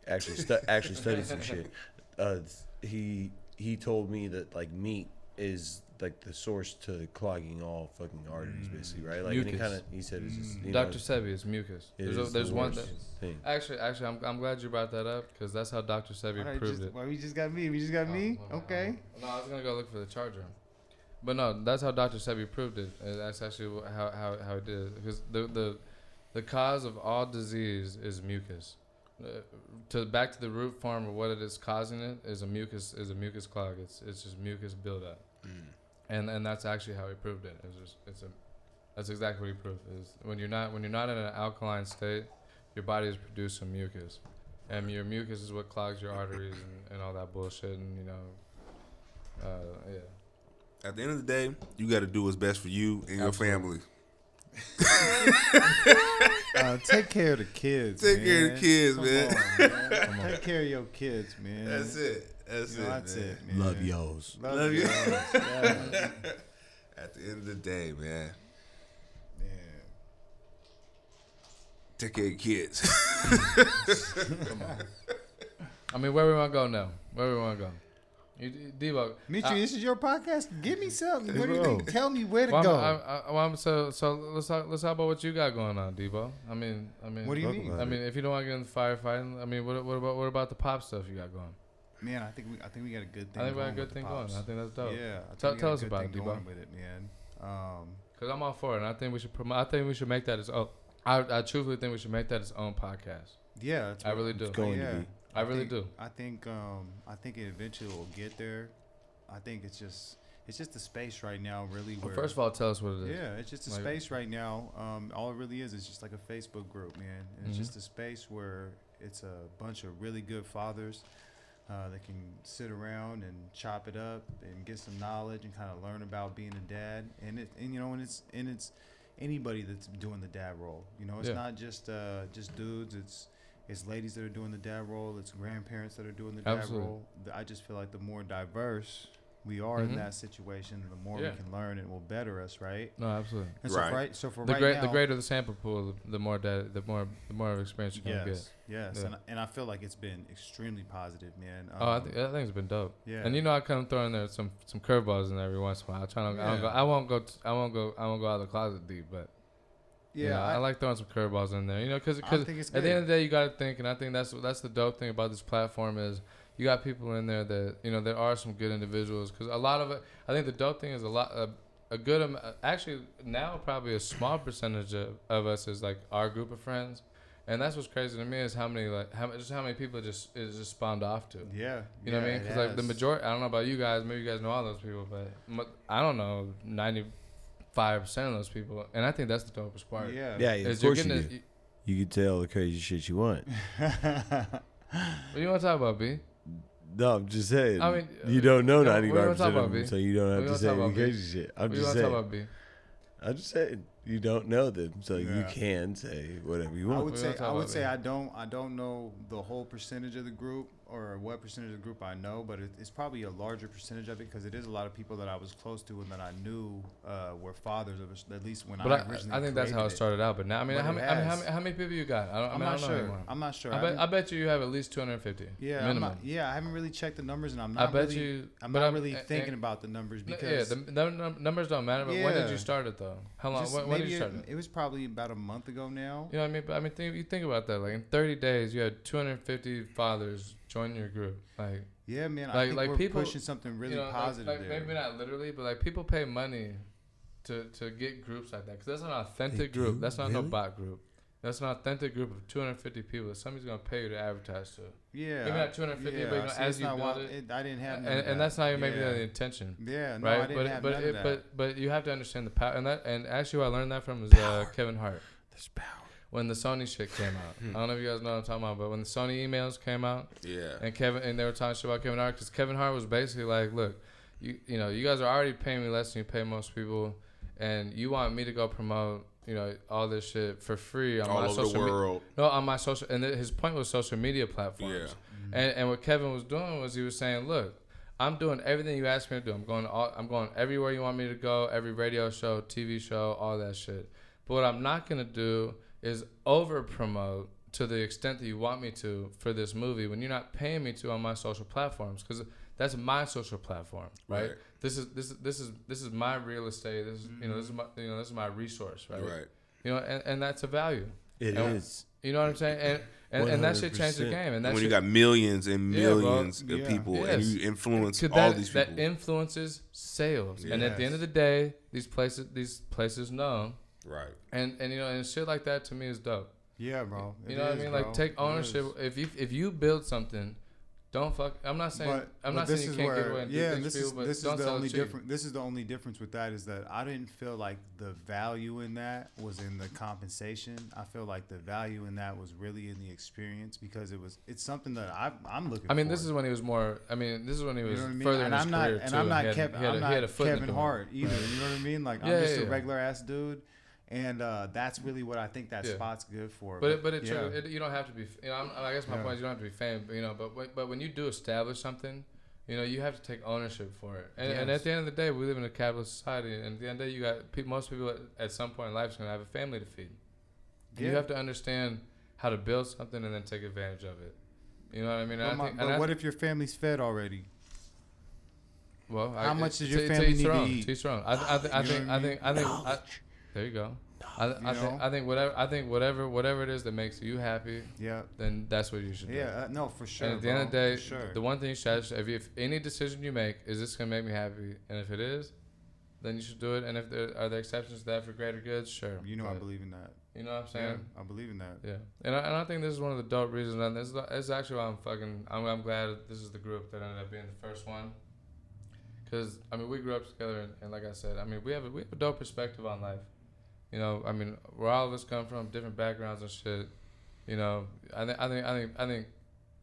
S2: actually, stu- actually studied some shit. Uh, he he told me that like meat is like the source to clogging all fucking arteries, basically, right? Like any
S1: Mucus. Mm.
S2: kind of he said it's just you know,
S1: Dr. Sebi is mucus.
S2: it
S1: There's,
S2: is
S1: a,
S2: the
S1: there's one.
S2: worst
S1: that-
S2: thing.
S1: actually, actually, I'm, I'm glad you brought that up because that's how Dr. Sebi
S3: Why did I
S1: proved
S3: just-
S1: it.
S3: why we just got me? We just got
S1: Oh,
S3: me.
S1: my bad.
S3: Okay.
S1: No, I was gonna go look for the charger, but no, that's how Dr. Sebi proved it. And that's actually wh- how how, how it did because the the The cause of all disease is mucus. Uh, to back to the root form of what it is causing it is a mucus is a mucus clog. It's it's just mucus buildup, and and that's actually how he proved it. It's just it's a that's exactly what he proved is when you're not when you're not in an alkaline state, your body is producing mucus, and your mucus is what clogs your arteries and, and all that bullshit and you know, uh, yeah.
S4: At the end of the day, you got to do what's best for you and your family.
S3: Uh, take care of the kids.
S4: Take
S3: man.
S4: care of the kids,
S3: Come
S4: man.
S3: on, man. Take care of your kids, man.
S4: That's it. That's
S3: You know,
S4: it.
S3: that's
S4: man.
S3: it, man.
S2: Love yours.
S3: Love,
S4: Love you.
S3: yours, yeah.
S4: At the end of the day, man,
S3: Yeah.
S4: take care of your kids.
S1: I mean, where we want to go now? Where we want to go? You, Debo,
S3: Mitri,
S4: Uh,
S1: I-
S3: this is your podcast. Give me something. What do you think?
S2: Bro.
S3: Tell me where to
S1: Well, I'm,
S3: go.
S1: I, I, well, I'm so so. Let's talk. Let's talk about what you got going on, Debo. I mean, I mean,
S3: what do you
S2: Talk
S3: mean?
S2: about
S1: I mean, if you don't want to get in the firefighting, I mean, what, what about what about the pop stuff you got going?
S3: Man, I think we I think we got a good
S1: I
S3: thing.
S1: think we got a
S3: going with
S1: good
S3: the
S1: thing
S3: Pops.
S1: going. I think that's dope.
S3: Yeah, I think
S1: Tell-
S3: we got
S1: tell
S3: a
S1: us
S3: good
S1: about it,
S3: thing
S1: D-Bo.
S3: going with it, man. Um,
S1: Cause I'm all for it. And I think we should promote. I think we should make that its own. I, I truthfully think we should make that its own podcast.
S3: yeah, that's
S1: I
S3: what-
S1: really do.
S2: It's going
S3: yeah.
S2: to be.
S1: I really
S3: think,
S1: do.
S3: I think um, I think it eventually will get there. I think it's just it's just the space right now, really.
S1: Well,
S3: Where,
S1: first of all, tell us what it is.
S3: Yeah, it's just a
S1: Like-
S3: space right now. Um, all it really is is just like a Facebook group, man. And
S1: Mm-hmm.
S3: It's just a space where it's a bunch of really good fathers uh, that can sit around and chop it up and get some knowledge and kind of learn about being a dad. And it, and you know, and it's and it's anybody that's doing the dad role. You know, it's
S1: Yeah.
S3: not just uh, just dudes. It's it's ladies that are doing the dad role. It's grandparents that are doing the
S1: Absolutely.
S3: dad role. The- I just feel like the more diverse we are
S1: Mhm.
S3: in that situation, the more
S1: Yeah.
S3: we can learn and it will better us, right?
S1: No, absolutely.
S3: And so
S4: Right.
S3: right. right so for
S1: The
S3: right
S1: great,
S3: now,
S1: the greater the sample pool, the more that, the more, the more of experience you're gonna
S3: yes, yes,
S1: Yeah.
S3: and, I- and I feel like it's been extremely positive, man. Um,
S1: get. Oh, I, think I think it's been dope.
S3: yeah,
S1: And you know I come throwing there some some curveballs in there every once in a while. I try to I don't go
S3: Yeah.
S1: I won't go t- I won't go I won't go out of the closet deep, but
S3: yeah,
S1: you know, I,
S3: I,
S1: like throwing some curveballs in there. You know, because
S3: I
S1: at
S3: think it's
S1: the end
S3: good.
S1: of the day you got to think, and I think that's that's the dope thing about this platform is you got people in there that you know there are some good individuals because a lot of it. I think the dope thing is a lot a, a good am- actually now probably a small percentage of, of us is like our group of friends. And that's what's crazy to me is how many like how just how many people it just is just spawned off to.
S3: yeah,
S1: You know what I
S3: yeah,
S1: mean?
S3: it
S1: Because like the
S3: has.
S1: majority, I don't know about you guys. Maybe you guys know all those people, but mo- I don't know ninety five percent of those people, and I think that's the dopest part.
S3: yeah,
S2: Yeah, yeah, of
S1: is you're
S2: course you
S1: getting.
S2: do.
S1: to-
S2: You can tell the crazy shit you want.
S1: what you want to talk about, B?
S2: No, I'm just saying.
S1: I mean,
S2: you don't know
S1: yeah, what do
S2: ninety
S1: you wanna
S2: nine
S1: talk
S2: percent
S1: about,
S2: of
S1: B?
S2: them, so you don't
S1: What do
S2: have
S1: you
S2: to
S1: wanna
S2: say
S1: talk
S2: any
S1: about, B?
S2: crazy shit. I'm
S1: What you
S2: just
S1: want to talk
S2: saying.
S1: about, B?
S2: I'm just saying. You don't know them, so you
S3: Yeah.
S2: can say whatever you
S3: I
S2: want.
S3: would
S1: We
S3: say
S1: don't talk
S3: I would
S1: about
S3: say
S1: that.
S3: I don't I don't know the whole percentage of the group or what percentage of the group I know, but it, it's probably a larger percentage of it because it is a lot of people that I was close to and that I knew uh, were fathers of us, at least when
S1: But
S3: I
S1: I,
S3: originally
S1: I think that's how it
S3: created
S1: started out. But now, I mean,
S3: But
S1: how
S3: it
S1: many, I mean, how
S3: has.
S1: many, how many people you got? I don't, I
S3: I'm
S1: mean, I
S3: not
S1: don't know
S3: sure.
S1: anymore.
S3: I'm not sure.
S1: I
S3: I
S1: bet,
S3: haven't-
S1: I bet you you have at least 250.
S3: Yeah, I'm
S1: minimum.
S3: not, yeah, I haven't really checked the numbers, and I'm
S1: I
S3: not.
S1: bet
S3: really,
S1: you-
S3: I'm
S1: but
S3: not
S1: I'm-
S3: really
S1: uh, uh,
S3: thinking about the numbers
S1: N-
S3: because
S1: yeah, the, the num- numbers don't matter. But when did
S3: Yeah.
S1: you start it though? How long?
S3: just
S1: When, when did
S3: maybe
S1: you start it?
S3: it, it was probably about a month ago now.
S1: You know what I mean? But I mean, think, you think about that. Like in 30 days, you had 250 fathers join your group. Like,
S3: Yeah, man, I
S1: Like-
S3: think
S1: like
S3: we're
S1: people-
S3: pushing something really
S1: you know, like-
S3: positive
S1: Like,
S3: there.
S1: maybe not literally, but like people pay money to to get groups like that because that's an authentic group.
S2: do?
S1: That's not no
S2: Really?
S1: bot group. That's an authentic group of 250 people that somebody's gonna pay you to advertise to.
S3: yeah,
S1: Maybe
S3: I-
S1: not 250,
S3: yeah,
S1: but, you know,
S3: see,
S1: as
S3: it's
S1: you
S3: not
S1: build
S3: why-
S1: it-
S3: I didn't have,
S1: And,
S3: none of
S1: and that's not even maybe
S3: yeah.
S1: the intention.
S3: Yeah, no,
S1: right,
S3: I didn't
S1: but
S3: have
S1: but
S3: none
S1: it,
S3: of that.
S1: but but you have to understand the power and that and actually what I learned that from was uh, Kevin Hart.
S2: There's power.
S1: when the Sony shit came out. I don't know if you guys know what I'm talking about, but when the Sony emails came out
S4: yeah.
S1: and Kevin and they were talking shit about Kevin Hart because Kevin Hart was basically like, look, you you know you guys are already paying me less than you pay most people, and you want me to go promote you know all this shit for free on
S4: All
S1: my
S4: over the
S1: social media.
S4: world.
S1: No, on my social, and th- his point was social media platforms. And and what Kevin was doing was he was saying, look, I'm doing everything you asked me to do. I'm going to all, I'm going everywhere you want me to go, every radio show, TV show, all that shit. But what I'm not gonna do is over promote to the extent that you want me to for this movie when you're not paying me to on my social platforms because that's my social platform, right?
S4: Right.
S1: This is this is this is this is my real estate. This is you know this is my you know this is my resource, right?
S4: Right.
S1: You know, and, and that's a value.
S2: It
S1: And-
S2: is.
S1: You know what I'm saying? And and, and that shit changed the
S2: 100%.
S1: game. And that
S4: when
S1: shit,
S4: you got millions and
S1: Yeah, bro.
S4: millions of
S3: Yeah.
S4: people
S1: Yes.
S4: and you influence all
S1: Cause that,
S4: these people.
S1: that influences sales. And at the
S3: Yes.
S1: end of the day, these places these places know
S5: Right.
S1: and and you know and shit like that to me is dope.
S3: Yeah, bro.
S1: You
S3: It
S1: know what I
S3: is,
S1: mean?
S3: bro.
S1: Like take
S3: It
S1: ownership.
S3: is.
S1: If you if you build something, don't fuck. I'm not saying
S3: But-
S1: I'm
S3: but
S1: not saying you
S3: is
S1: can't get
S3: where-
S1: away. And
S3: yeah,
S1: do
S3: and
S1: things
S3: this
S1: for
S3: is
S1: you, but
S3: this is
S1: don't
S3: the
S1: sell
S3: only
S1: cheap.
S3: different. This is the only difference with that is that I didn't feel like the value in that was in the compensation. I feel like the value in that was really in the experience because it was it's something that I I'm looking.
S1: I mean,
S3: for.
S1: this is when he was more. I mean, this is when he
S3: You
S1: was
S3: know what I mean?
S1: further
S3: and
S1: in
S3: I'm
S1: his
S3: not,
S1: career
S3: and
S1: too.
S3: I'm not
S1: he had,
S3: Kevin.
S1: he had
S3: I'm
S1: a, he had a
S3: not
S1: foot in the
S3: Kevin
S1: door.
S3: Hart either. You know what I mean? Like
S1: Yeah,
S3: I'm just
S1: yeah,
S3: a
S1: yeah.
S3: regular ass dude, and uh, that's really what I think that
S1: Yeah.
S3: spot's good for.
S1: But it, but it,
S3: yeah.
S1: true, it you don't have to be. f- You know, I'm, I guess my
S3: Yeah.
S1: point is you don't have to be famous. You know, but when, but when you do establish something, you know, you have to take ownership for it. And, and
S3: Yes.
S1: at the end of the day, we live in a capitalist society, and at the end of the day, you got pe- most people at, at some point in life is gonna have a family to feed. And You
S3: Yeah.
S1: have to understand how to build something and then take advantage of it. You know what I mean? And
S3: But,
S1: I
S3: my-
S1: think-
S3: but
S1: and I-
S3: what if your family's fed already?
S1: Well,
S3: How
S1: I,
S3: much does your
S1: to-
S3: family
S1: each
S3: need
S1: their
S3: to
S1: own,
S3: eat?
S1: To each their own. I, I, th- I,
S3: You know
S1: think,
S3: what I
S1: I think. I think. I
S5: Knowledge.
S1: There you go. I, th-
S3: You
S1: I, think,
S3: know?
S1: I think whatever. I think whatever. Whatever it is that makes you happy,
S3: Yeah,
S1: then that's what you should do.
S3: yeah, uh, no, for sure.
S1: and at the end of the
S3: bro,
S1: day,
S3: for sure.
S1: the one thing you should ask, if, you, if any decision you make is this gonna make me happy, and if it is, then you should do it. And if there are there exceptions to that for greater good, sure.
S3: you know I
S1: But
S3: believe in that.
S1: You know what I'm
S3: Yeah,
S1: saying?
S3: I believe in that.
S1: Yeah. And I, and I think this is one of the dope reasons. And this is, this is actually why I'm fucking. I'm, I'm glad this is the group that ended up being the first one. Cause I mean, we grew up together, and, and like I said, I mean, we have a, we have a dope perspective on life. You know, I mean, where all of us come from, different backgrounds and shit. You know, I think I think I think I think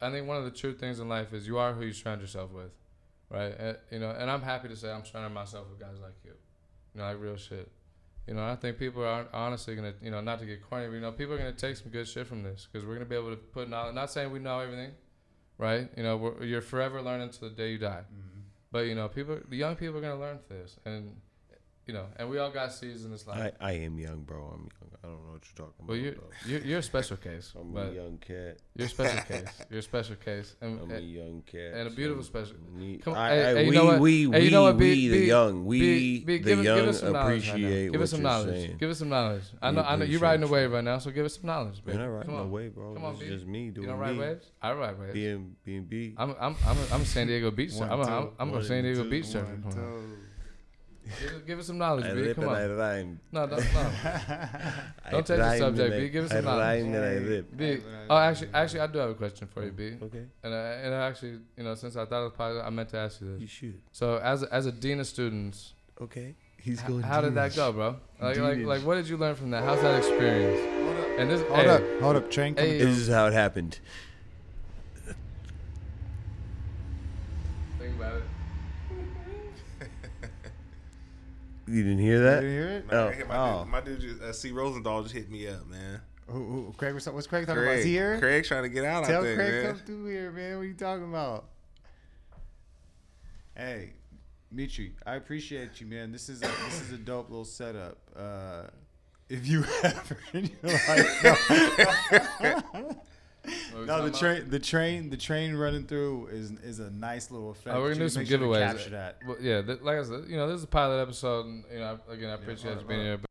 S1: I think one of the true things in life is you are who you surround yourself with, right? And, you know, and I'm happy to say I'm surrounding myself with guys like you. You know, like real shit. You know, I think people are honestly gonna, you know, not to get corny, but you know, people are gonna take some good shit from this because we're gonna be able to put knowledge. Not saying we know everything, right? You know, we're, you're forever learning till the day you die.
S3: Mhm.
S1: But you know, people, the young people are gonna learn from this, and you know, and we all got seeds in this
S2: I,
S1: life.
S2: I am young, bro. I'm young. I don't know what you're talking
S1: Well,
S2: about.
S1: you're, you're you're a special case,
S2: though. I'm a
S1: but
S2: young cat.
S1: you're a special case. You're a special case, and,
S2: I'm a
S1: and,
S2: young cat.
S1: and a beautiful special.
S2: We,
S1: Come on,
S2: I,
S1: hey,
S2: I,
S1: hey, you
S2: we,
S1: know what?
S2: we,
S1: Hey, you know
S2: we-
S1: what? Be-
S2: we, the
S1: be-
S2: young, we,
S1: Be- be-
S2: the young,
S1: knowledge right now.
S2: appreciate
S1: Give
S2: what
S1: us some
S2: you're
S1: knowledge.
S2: saying.
S1: Give us some knowledge. I
S2: We
S1: know, I know you're riding a
S2: appreciate
S1: wave right now, so give us some knowledge, baby.
S2: Man, I ride
S1: Come
S2: my
S1: on.
S2: way, bro.
S1: Come on,
S2: It's
S1: B.
S2: just me doing
S1: You don't ride
S2: me.
S1: waves? I ride waves.
S2: Being, being B.
S1: I'm I'm I'm a, I'm a San Diego beach.
S3: One,
S1: surfer. I'm a,
S3: two,
S1: I'm, I'm a
S2: one,
S1: San Diego
S3: Two,
S1: beach surfer.
S3: one,
S1: Come on.
S3: two.
S1: Give, us- give us some knowledge,
S2: I
S1: B.
S2: rip
S1: Come
S2: and I
S1: on.
S2: rhyme.
S1: No, don't, no.
S2: I
S1: Don't take the
S2: rhyme
S1: subject,
S2: and
S1: B.
S2: I-
S1: Give us
S2: I
S1: some knowledge.
S2: rhyme and I
S3: Hey.
S2: rip.
S1: B.
S3: Alright,
S1: Oh, actually,
S3: alright.
S1: actually, I do have a question for you, B.
S2: Okay,
S1: And I, and I actually, you know, since I thought of the podcast, I meant to ask you
S2: you
S1: this.
S2: shoot.
S1: So, as a, as a dean of students,
S2: Okay, he's
S1: h-
S2: going.
S1: how did that
S2: D's.
S1: go, bro? Like, like,
S2: Deanage.
S1: like, what did you learn from that? How's that experience?
S3: Hold up,
S1: And this,
S3: hold
S1: hey,
S3: up, hold up, train. coming
S1: Hey.
S2: This is how it happened.
S1: Think about it.
S2: You didn't hear
S3: You
S2: that?
S3: hear it?
S2: Oh,
S4: my,
S3: oh.
S4: dude, my dude, just, uh, C. Rosendahl just hit me up, man.
S3: Who, who, Craig, what's, what's Craig talking about?
S4: Craig,
S3: Is he here?
S4: Craig trying to get out.
S3: Tell
S4: I think,
S3: Craig
S4: man.
S3: come through here, man. What are you talking about? Hey, Mitri, I appreciate you, man. This is a, this is a dope little setup. Uh, if you ever in your life, no,
S1: What were we talking
S3: no, the
S1: about?
S3: train, the train, the train running through is is a nice little effect.
S1: Oh, we're gonna
S3: You
S1: do
S3: make
S1: some
S3: sure to
S1: giveaways.
S3: Capture that.
S1: Well, yeah, th- like I said, you know, this is a pilot episode, and you know, I, again, I appreciate you
S3: alright,
S1: being here.